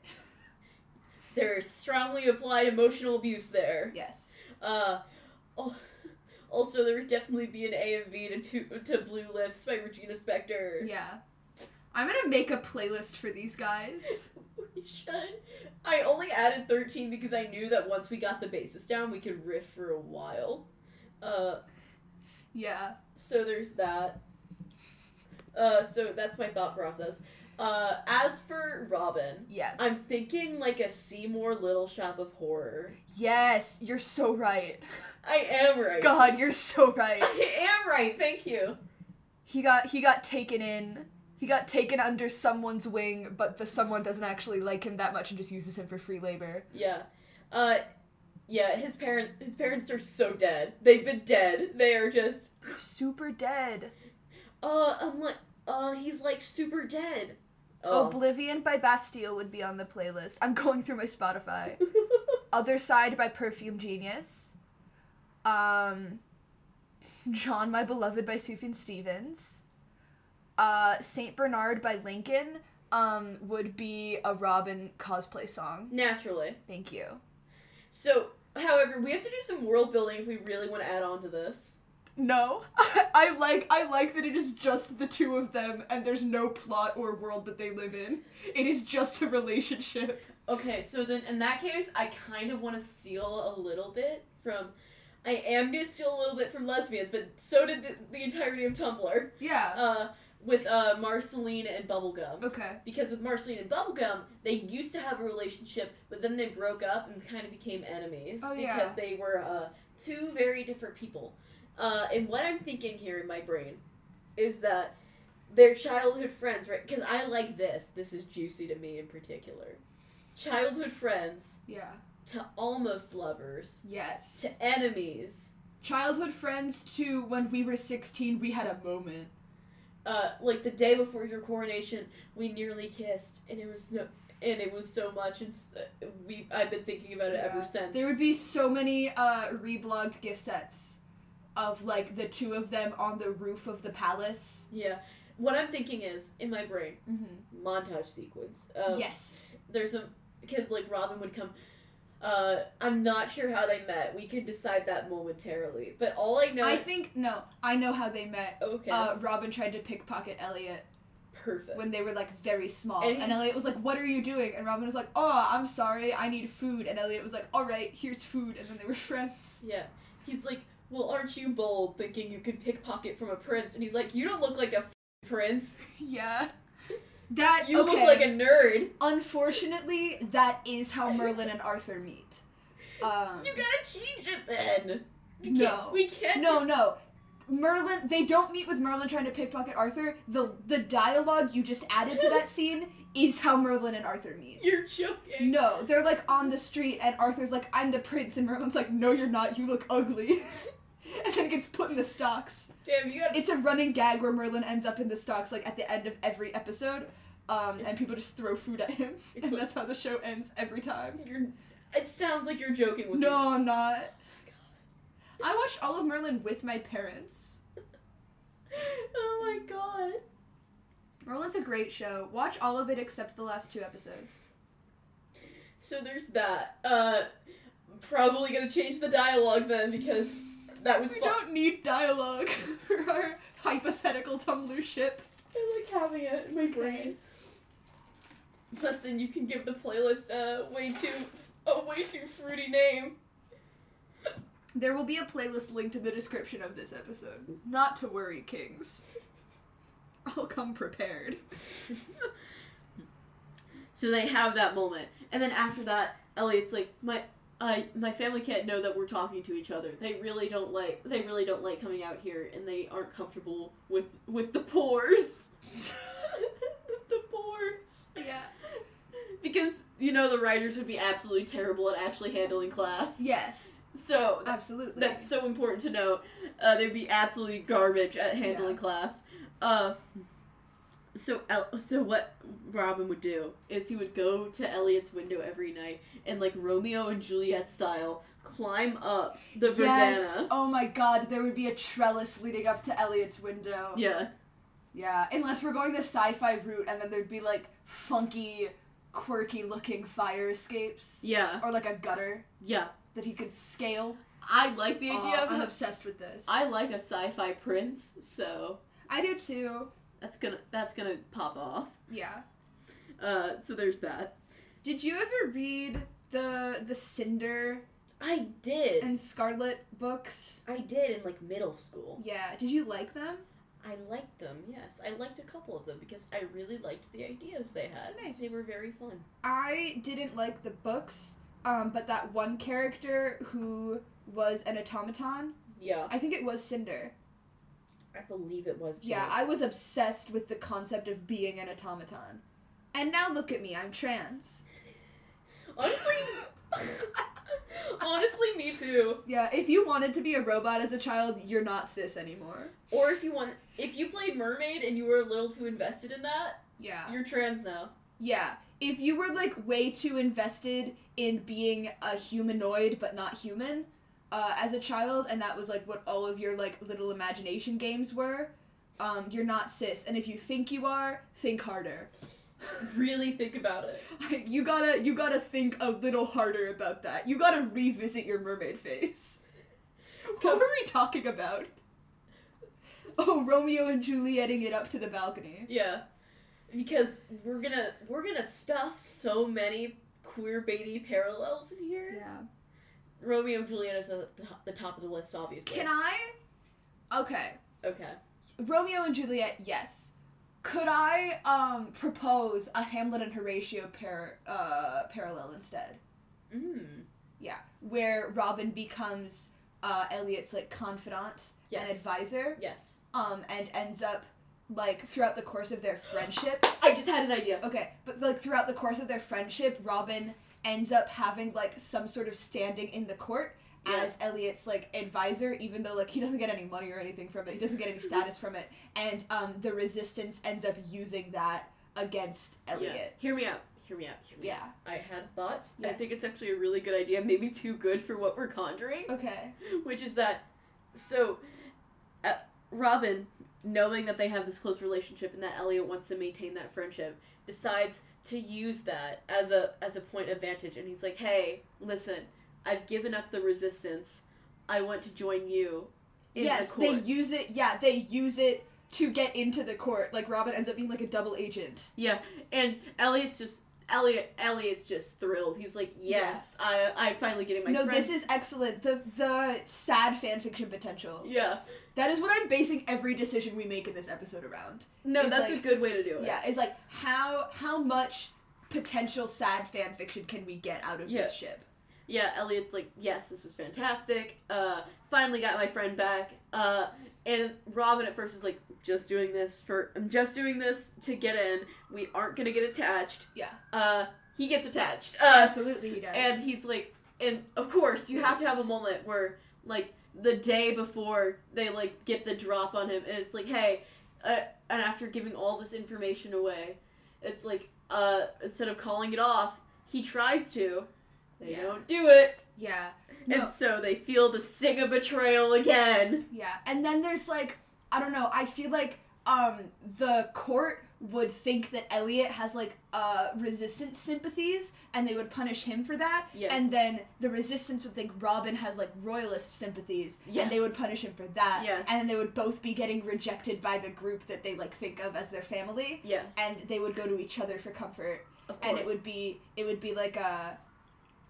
There's strongly applied emotional abuse there. Yes. Uh, al- also there would definitely be an AMV to two, to Blue Lips by Regina Spektor. Yeah. I'm gonna make a playlist for these guys. We should. I only added 13 because I knew that once we got the basis down, we could riff for a while. Uh, Yeah. so there's that. Uh, so that's my thought process. Uh, as for Robin, Yes. I'm thinking like a Seymour Little Shop of Horror. Yes, you're so right. I am right. God, you're so right. I am right. Thank you. He got he got taken in. He got taken under someone's wing, but the someone doesn't actually like him that much and just uses him for free labor. Yeah. Uh, yeah. His parent, his parents are so dead. They've been dead. They are just. Super dead. Uh, I'm like. Uh, he's like super dead. Oh. Oblivion by Bastille would be on the playlist. I'm going through my Spotify. Other Side by Perfume Genius. Um, John, My Beloved by Sufjan Stevens. Uh, Saint Bernard by Lincoln um, would be a Robin cosplay song. Naturally. Thank you. So, however, we have to do some world building if we really want to add on to this. No, I like I like that it is just the two of them, and there's no plot or world that they live in. It is just a relationship. Okay, so then in that case, I kind of want to steal a little bit from. I am gonna steal a little bit from lesbians, but so did the, the entirety of Tumblr. Yeah. Uh, with uh, Marceline and Bubblegum. Okay. Because with Marceline and Bubblegum, they used to have a relationship, but then they broke up and kind of became enemies Oh, because yeah. they were uh, two very different people. Uh, and what I'm thinking here in my brain is that they're childhood friends, right? Because I like this. This is juicy to me in particular. Childhood friends Yeah. to almost lovers Yes. to enemies. Childhood friends to when we were sixteen, we had a moment. Uh, like the day before your coronation, we nearly kissed, and it was no, and it was so much, and s- uh, we I've been thinking about it Yeah. ever since. There would be so many uh, reblogged gift sets of like the two of them on the roof of the palace. Yeah. What I'm thinking is in my brain Mm-hmm. montage sequence. Um, yes. There's a because like Robin would come. Uh, I'm not sure how they met. We could decide that momentarily. But all I know. I think no. I know how they met. okay. Uh, Robin tried to pickpocket Elliot perfect. when they were like very small, And and, he's- Elliot was like, "What are you doing?" And Robin was like, "Oh, I'm sorry. I need food." And Elliot was like, "All right, here's food." And then they were friends. Yeah. He's like, well, aren't you bold, thinking you could pickpocket from a prince? And he's like, you don't look like a f- prince. yeah. That You okay. look like a nerd. Unfortunately, that is how Merlin and Arthur meet. Um, You gotta change it then. You No. Can't, we can't. No, no. Merlin, they don't meet with Merlin trying to pickpocket Arthur. The the dialogue you just added to that scene is how Merlin and Arthur meet. You're joking. No, they're like on the street, and Arthur's like, "I'm the prince," and Merlin's like, "No, you're not. You look ugly." and then it gets put in the stocks. Damn, you got It's a running gag where Merlin ends up in the stocks like at the end of every episode, um, and people just throw food at him, It's and like- that's how the show ends every time. you're, It sounds like you're joking with me. No, I'm not. I watched all of Merlin with my parents. Oh my god. Merlin's a great show. Watch all of it except the last two episodes. So there's that. Uh, probably gonna change the dialogue then because that was We fun. don't need dialogue for our hypothetical Tumblr ship. I like having it in my brain. Plus, then you can give the playlist a way too a way too fruity name. There will be a playlist linked in the description of this episode. Not to worry, kings. I'll come prepared. so they have that moment, and then after that, Elliot's like, my I my family can't know that we're talking to each other. They really don't like they really don't like coming out here, and they aren't comfortable with with the pores. the pores. Yeah. Because you know the writers would be absolutely terrible at actually handling class. Yes, So absolutely. That's so important to note. Uh, they'd be absolutely garbage at handling Yeah. class. Uh, so El- so what Robin would do is he would go to Elliot's window every night and like Romeo and Juliet style climb up the yes. verdana. Oh my god, there would be a trellis leading up to Elliot's window. Yeah, Yeah, unless we're going the sci-fi route and then there'd be like funky, quirky looking fire escapes. yeah, Or like a gutter yeah. that he could scale. I like the idea Aw, of I'm a- obsessed with this. I like a sci-fi print, so I do too. that's gonna that's gonna pop off. Yeah. Uh, so there's that. Did you ever read the the Cinder I did. and Scarlet books? I did in like middle school. Yeah. Did you like them? I liked them, yes. I liked a couple of them because I really liked the ideas they had. Nice. They were very fun. I didn't like the books, um, but that one character who was an automaton, Yeah, I think it was Cinder. I believe it was. Yeah, I was obsessed with the concept of being an automaton. And now look at me, I'm trans. honestly, honestly, me too. yeah, if you wanted to be a robot as a child, you're not cis anymore. Or if you want, if you played mermaid and you were a little too invested in that, Yeah. you're trans now. Yeah. If you were like way too invested in being a humanoid but not human uh, as a child, and that was like what all of your like little imagination games were, um, you're not cis. And if you think you are, think harder. Really think about it. you gotta you gotta think a little harder about that. You gotta revisit your mermaid face. What were we talking about? Oh, Romeo and Julieting it up to the balcony. Yeah, because we're gonna we're gonna stuff so many queer baity parallels in here. Yeah. Romeo and Juliet is at the top- the top of the list, obviously. Can I? Okay. Okay. Romeo and Juliet, yes. Could I um propose a Hamlet and Horatio par- uh, parallel instead? Mm. Yeah, where Robin becomes uh, Elliot's like confidant and Yes. advisor, Yes. um, and ends up like throughout the course of their friendship. I just had an idea. Okay, but like throughout the course of their friendship, Robin ends up having like some sort of standing in the court Yeah. as Elliot's like advisor, even though like he doesn't get any money or anything from it, he doesn't get any status from it, and um, the resistance ends up using that against Yeah. Elliot. Hear me out. Hear me out. Hear me Yeah. out. I had a thought. I Yes. think it's actually a really good idea, maybe too good for what we're conjuring, Okay. which is that so uh, Robin, knowing that they have this close relationship and that Elliot wants to maintain that friendship, decides to use that as a as a point of vantage and he's like, "Hey, listen, I've given up the resistance. I want to join you in yes, the they court." use it. Yeah, they use it to get into the court. Like Robin ends up being like a double agent. and Elliot's just Elliot Elliot's just thrilled. He's like, "Yes, I I finally getting my no, friend." this is excellent. The the sad fanfiction potential. yeah. That is what I'm basing every decision we make in this episode around. No, is, that's a like- good way to do it. Yeah, it's like how how much potential sad fan fiction can we get out of Yeah. this ship? yeah, Elliot's like, yes, this is fantastic. Uh, finally got my friend back. Uh, and Robin at first is like, just doing this for, I'm just doing this to get in. We aren't gonna get attached. Yeah. Uh, he gets attached. Uh, Absolutely, he does. and he's like, and of course you have to have a moment where like the day before they like get the drop on him, and it's like, hey, uh, and after giving all this information away, it's like, uh, instead of calling it off, he tries to. They Yeah. don't do it. yeah. No. And so they feel the sting of betrayal again. Yeah. And then there's like I don't know, I feel like um the court would think that Elliot has like uh resistance sympathies and they would punish him for that. Yes. And then the resistance would think Robin has like royalist sympathies and they would Yes. punish him for that. Yes. And then they would both be getting rejected by the group that they like think of as their family. yes. And they would go to each other for comfort of and it course. would be it would be like a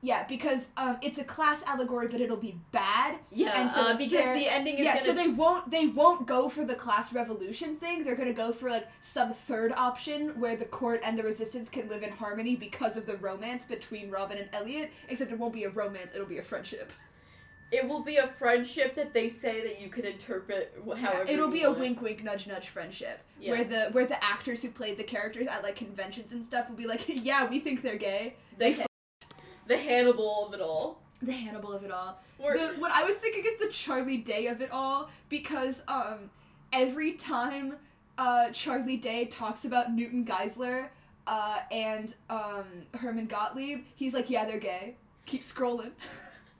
yeah because um, it's a class allegory but it'll be bad yeah, and so uh, that because they're- the ending is yeah gonna so they won't they won't go for the class revolution thing they're gonna go for like some third option where the court and the resistance can live in harmony because of the romance between robin and elliot except it won't be a romance it'll be a friendship it will be a friendship that they say that you can interpret wh- Yeah, however. it'll you be a want. wink wink nudge nudge friendship Yeah. where the where the actors who played the characters at like conventions and stuff will be like yeah we think they're gay The, they Ha- f- the Hannibal of it all. the hannibal of it all Or, The, what I was thinking is the Charlie Day of it all because um every time uh Charlie Day talks about Newton Geisler uh and um Herman Gottlieb, he's like, yeah, they're gay. Keep scrolling.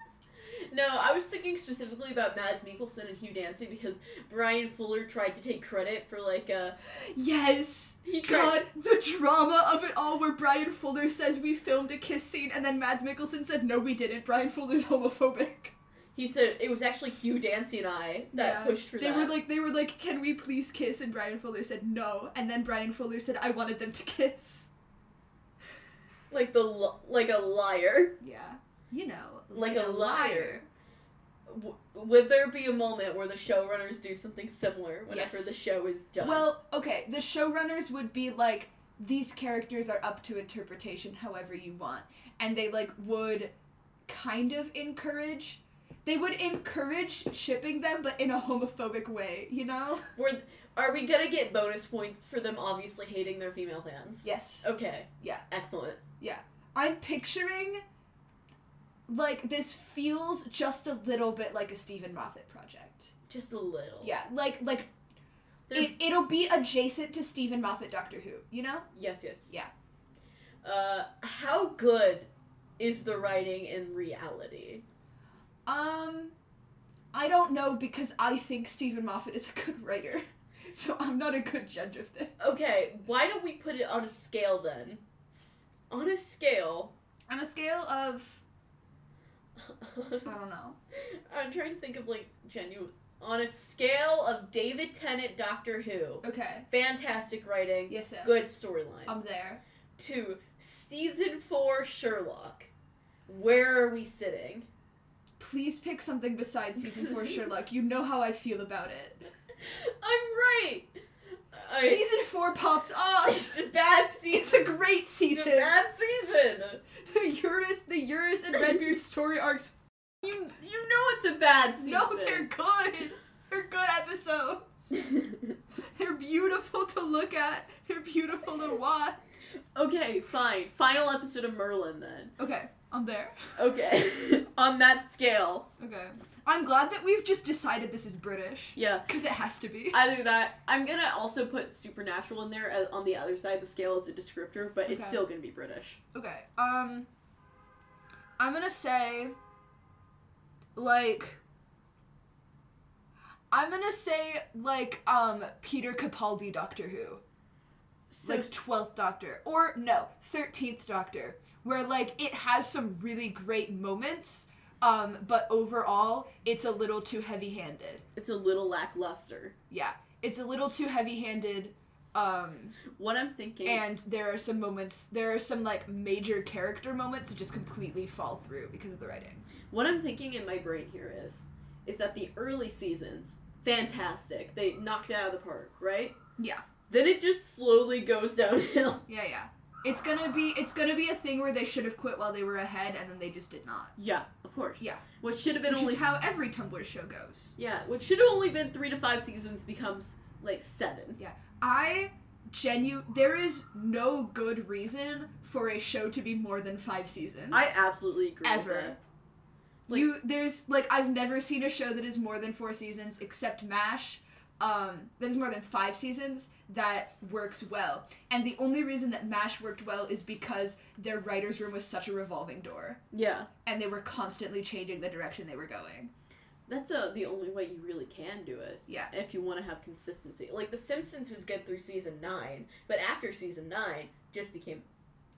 no, I was thinking specifically about Mads Mikkelsen and Hugh Dancy because Brian Fuller tried to take credit for like uh yes. he tried God, the drama of it all where Brian Fuller says we filmed a kiss scene and then Mads Mikkelsen said no we didn't. Brian Fuller's homophobic. he said it was actually Hugh Dancy and I that Yeah. pushed for They that. were like they were like, "Can we please kiss?" and Brian Fuller said no, and then Brian Fuller said I wanted them to kiss. like the li- like a liar. Yeah. You know, Like a liar. W- would there be a moment where the showrunners do something similar whenever Yes. the show is done? Well, okay, the showrunners would be like these characters are up to interpretation however you want. And they like would kind of encourage they would encourage shipping them but in a homophobic way, you know? We're, are we gonna get bonus points for them obviously hating their female fans? Yes. Okay. Yeah. Excellent. I'm picturing like this feels just a little bit like a Stephen Moffat project. Just a little. Yeah, like like Oh. They're- it, it'll be adjacent to Stephen Moffat Doctor Who, you know? Yes. Yes. Yeah. Uh, how good is the writing in reality? Um, I don't know because I think Stephen Moffat is a good writer, so I'm not a good judge of this. Okay. Why don't we put it on a scale then? On a scale. On a scale of I don't know. I'm trying to think of like genuine. On a scale of David Tennant Doctor Who, Okay. fantastic writing, Yes. Yes. Um. good storylines. I'm there. to season four Sherlock. Where are we sitting? Please pick something besides season four Sherlock. You know how I feel about it. I'm right. I, Season four pops up. it's a bad It's season. a great It's a season. bad season. The Eurus, the Eurus and Redbeard story arcs. You you know it's a bad season. No, they're good. They're good episodes. They're beautiful to look at. They're beautiful to watch. okay, fine. Final episode of Merlin then. Okay, I'm there. Okay, on that scale, Okay. I'm glad that we've just decided this is British. yeah. Because it has to be. Either that, I'm gonna also put supernatural in there as, on the other side of the scale as a descriptor, but Okay. it's still gonna be British. Okay. Um I'm gonna say like I'm gonna say like um Peter Capaldi Doctor Who. So like s- twelfth Doctor. Or no, thirteenth Doctor. Where like it has some really great moments, um, but overall it's a little too heavy handed. it's a little lackluster. Yeah. It's a little too heavy handed, um What I'm thinking and there are some moments there are some like major character moments that just completely fall through because of the writing What I'm thinking in my brain here is, is that the early seasons, fantastic. They knocked it out of the park, right? Yeah. Then it just slowly goes downhill. yeah yeah It's gonna be it's gonna be a thing where they should have quit while they were ahead and then they just did not. Yeah, of course. Yeah. What should have been Which only is how every Tumblr show goes. yeah, what should have only been three to five seasons becomes like seven. I genu there is no good reason for a show to be more than five seasons. I absolutely agree. Ever. With that. like- you there's like I've never seen a show that is more than four seasons except MASH. Um, that is more than five seasons that works well. And the only reason that MASH worked well is because their writer's room was such a revolving door Yeah, and they were constantly changing the direction they were going. that's uh, the only way you really can do it. Yeah. if you want to have consistency. Like The Simpsons was good through season nine, but after season nine, just became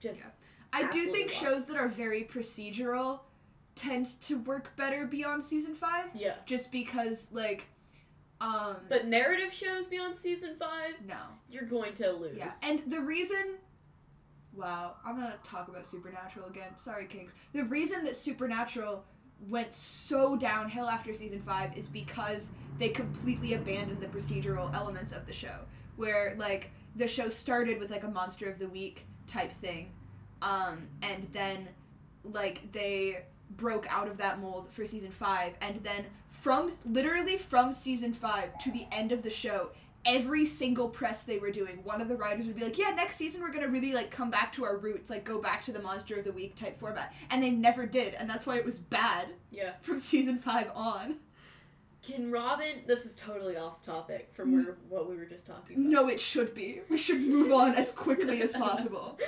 just Yeah. I do Absolutely think love. shows that are very procedural tend to work better beyond season five yeah. just because like um But narrative shows beyond season five, no. you're going to lose. Yeah, and the reason. Wow, I'm gonna talk about Supernatural again. Sorry, Kings. The reason that Supernatural went so downhill after season five is because they completely abandoned the procedural elements of the show. Where, like, the show started with, like, a monster of the week type thing. Um, and then, like, they broke out of that mold for season five. And then, from literally from season five to the end of the show, every single press they were doing, one of the writers would be like, "Yeah, next season we're gonna really like come back to our roots, like go back to the monster of the week type format," and they never did, and that's why it was bad yeah. from season five on. Can Robin? This is totally off topic from Mm-hmm. where, what we were just talking about. No, it should be. We should move on as quickly as possible.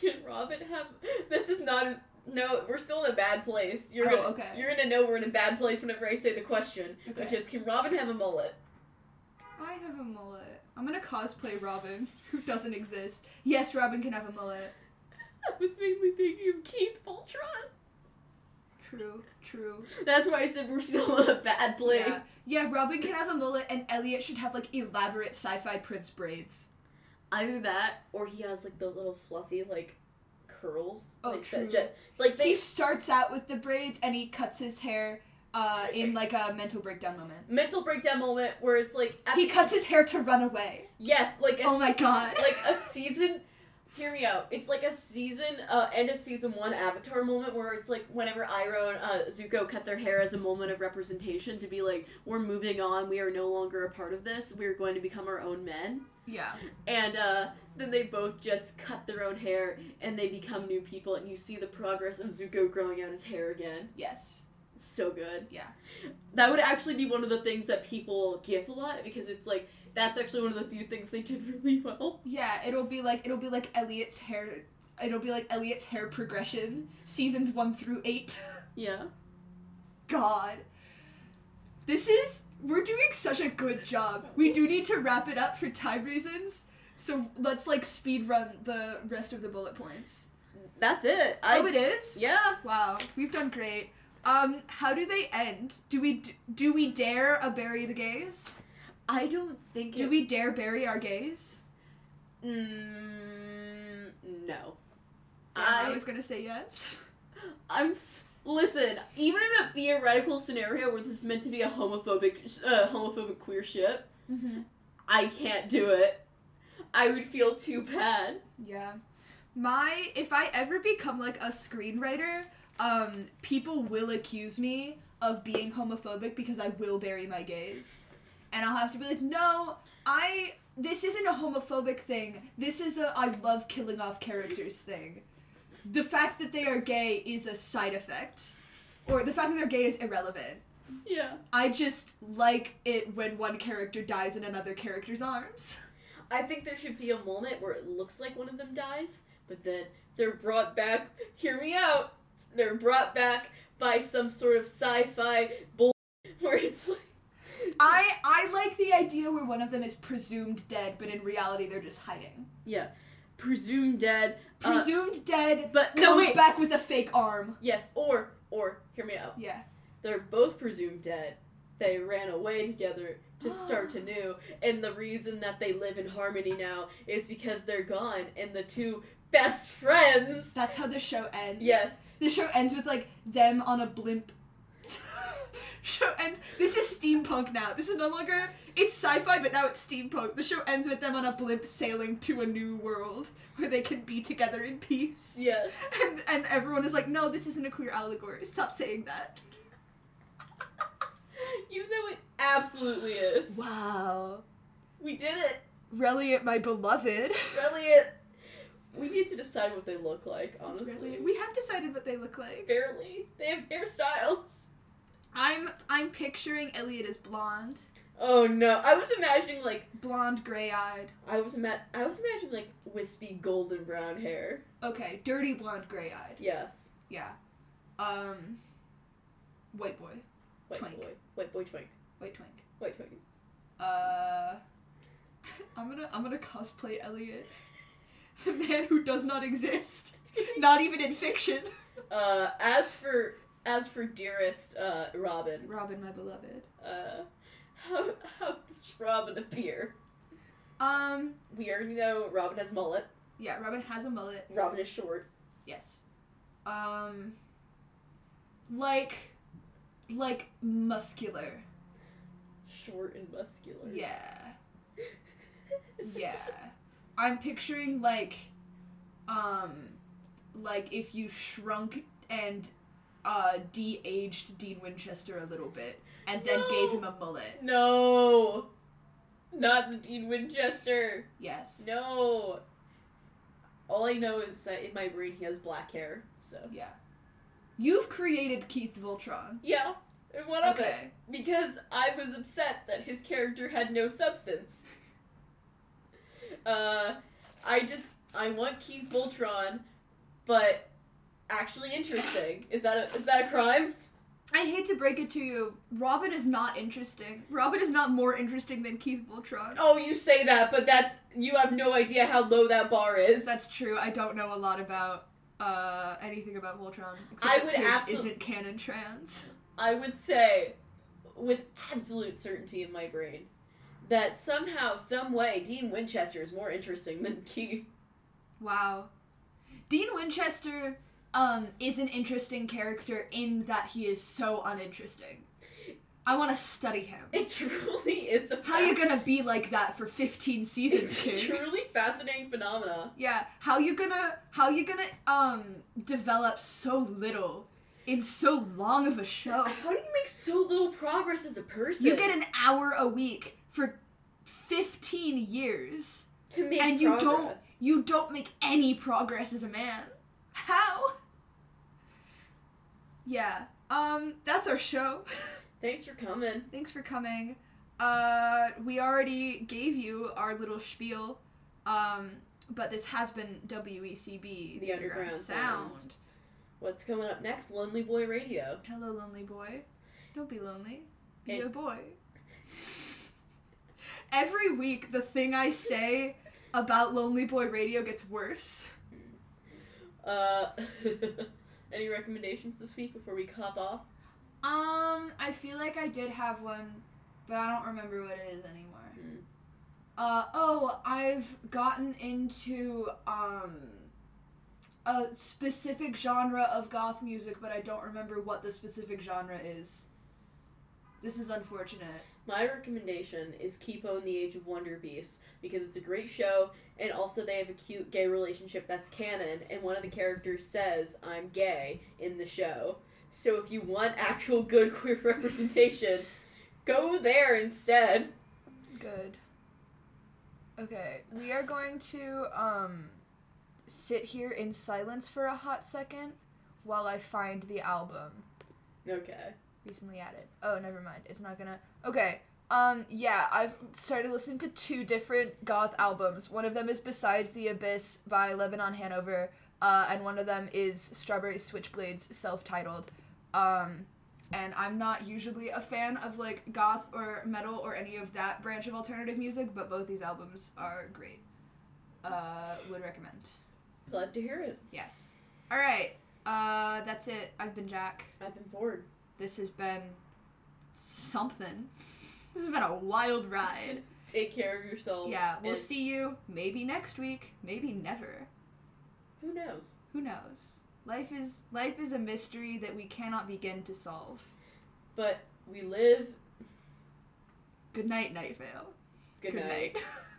Can Robin have? This is not. A, no, we're still in a bad place. You're Oh, gonna, okay. You're gonna know we're in a bad place whenever I say the question, which Okay. is, can Robin have a mullet? I have a mullet. I'm gonna cosplay Robin, who doesn't exist. Yes, Robin can have a mullet. I was mainly thinking of Keith Voltron. True, true. That's why I said we're still in a bad place. Yeah. yeah, Robin can have a mullet, and Elliot should have like elaborate sci-fi prince braids. Either that, or he has like the little fluffy like curls. Oh, like, true. That, ju- like they he starts out with the braids and he cuts his hair uh, in like a mental breakdown moment. mental breakdown moment where it's like at He the- cuts his hair to run away. yes, like a Oh my god. like a season hear me out it's like a season uh, end of season one avatar moment where it's like whenever iroh and uh, zuko cut their hair as a moment of representation to be like we're moving on we are no longer a part of this we're going to become our own men yeah. and uh, then they both just cut their own hair and they become new people and you see the progress of zuko growing out his hair again Yes. it's so good Yeah. that would actually be one of the things that people gif a lot because it's like that's actually one of the few things they did really well Yeah, it'll be like it'll be like Elliot's hair it'll be like Elliot's hair progression, seasons one through eight. yeah God. This is we're doing such a good job. We do need to wrap it up for time reasons. So let's like speed run the rest of the bullet points. That's it. I oh, it is? yeah. Wow, we've done great. Um, how do they end? Do we d- do we dare a bury the gays? I don't think Do it- we dare bury our gays? Mm, no. Damn, I, I was gonna say yes. I'm s- listen. Even in a theoretical scenario where this is meant to be a homophobic uh, homophobic queer ship, Mm-hmm. I can't do it. I would feel too bad. Yeah, my if I ever become like a screenwriter, um, people will accuse me of being homophobic because I will bury my gays, and I'll have to be like, no, I. This isn't a homophobic thing. This is a I love killing off characters thing. the fact that they are gay is a side effect, or the fact that they're gay is irrelevant. Yeah. I just like it when one character dies in another character's arms. I think there should be a moment where it looks like one of them dies, but then they're brought back. Hear me out. They're brought back by some sort of sci-fi bull, where it's like. I I like the idea where one of them is presumed dead, but in reality they're just hiding. presumed dead. Uh, Presumed dead But comes no, wait. back with a fake arm. Yes, or or hear me out. Yeah. They're both presumed dead. They ran away together to start to new, and the reason that they live in harmony now is because they're gone, and the two best friends. That's how the show ends. Yes, The show ends with like them on a blimp show ends. This is steampunk now. This is no longer. It's sci fi, but now it's steampunk. The show ends with them on a blimp sailing to a new world where they can be together in peace. Yes. And, and everyone is like, no, this isn't a queer allegory. Stop saying that. Even though it absolutely is. Wow. We did it. Reliant, my beloved. Brilliant. We need to decide what they look like, honestly. Reliant. We have decided what they look like. Barely. They have hairstyles. I'm I'm picturing Elliot as blonde, Oh no. I was imagining like blonde, gray-eyed. I was ima- I was imagining like wispy golden brown hair. Okay, dirty blonde, gray-eyed. Yes. Yeah. Um. White boy, White Twink. boy. White boy twink. white twink. White twink. Uh. I'm gonna I'm gonna cosplay Elliot, the man who does not exist, not even in fiction. Uh as for as for dearest uh Robin, Robin, my beloved. uh how how does Robin appear? Um. We already know Robin has mullet. Yeah, Robin has a mullet. Robin is short. Yes. Um like like muscular. Short and muscular. Yeah. Yeah. I'm picturing like um like if you shrunk and uh de-aged Dean Winchester a little bit and then No. gave him a mullet. No. Not the Dean Winchester. Yes. No. All I know is that in my brain he has black hair. So Yeah. You've created Keith Voltron. yeah, and what of it? Okay. Because I was upset that his character had no substance. Uh, I just I want Keith Voltron, but actually interesting. Is that a, is that a crime? I hate to break it to you, Robin is not interesting. Robin is not more interesting than Keith Voltron. Oh, you say that, but that's you have no idea how low that bar is. That's true. I don't know a lot about uh, anything about Voltron. Except I that would Pidge absol- isn't canon trans. I would say, with absolute certainty in my brain, that somehow, some way, Dean Winchester is more interesting than Keith. Wow. Dean Winchester um, is an interesting character in that he is so uninteresting. I want to study him. It truly is a How you gonna be like that for 15 seasons, It's a kid? truly fascinating phenomena. Yeah. How you gonna how you gonna um develop so little in so long of a show? How do you make so little progress as a person? You get an hour a week for 15 years. to make and you don't progress. you don't make any progress as a man how yeah um that's our show Thanks for coming. thanks for coming uh we already gave you our little spiel um but this has been E wecb The Underground Sound. What's coming up next? Lonely Boy Radio. hello lonely boy don't be lonely be Hey. a boy every week the thing i say about lonely boy radio gets worse Uh, any recommendations this week before we hop off? Um, I feel like I did have one, but I don't remember what it is anymore. Mm. Uh oh, I've gotten into um a specific genre of goth music, but I don't remember what the specific genre is. This is unfortunate. My recommendation is Kipo in the Age of Wonder Beasts because it's a great show, and also they have a cute gay relationship that's canon, and one of the characters says, I'm gay in the show. So if you want actual good queer representation, go there instead. Good. Okay, we are going to um sit here in silence for a hot second while I find the album. Okay. recently added. Oh, never mind. It's not gonna. Okay. Um. Yeah, I've started listening to two different goth albums. One of them is "Besides the Abyss" by Lebanon Hanover, uh, and one of them is "Strawberry Switchblades" self-titled. Um, and I'm not usually a fan of like goth or metal or any of that branch of alternative music, but both these albums are great. Uh, would recommend. Glad to hear it. Yes. All right. Uh, that's it. I've been Jack I've been bored. this has been something. This has been a wild ride. Take care of yourselves. Yeah, we'll and see you maybe next week, maybe never. Who knows? Who knows? Life is life is a mystery that we cannot begin to solve. But we live. Good night, Night Vale. Good, night.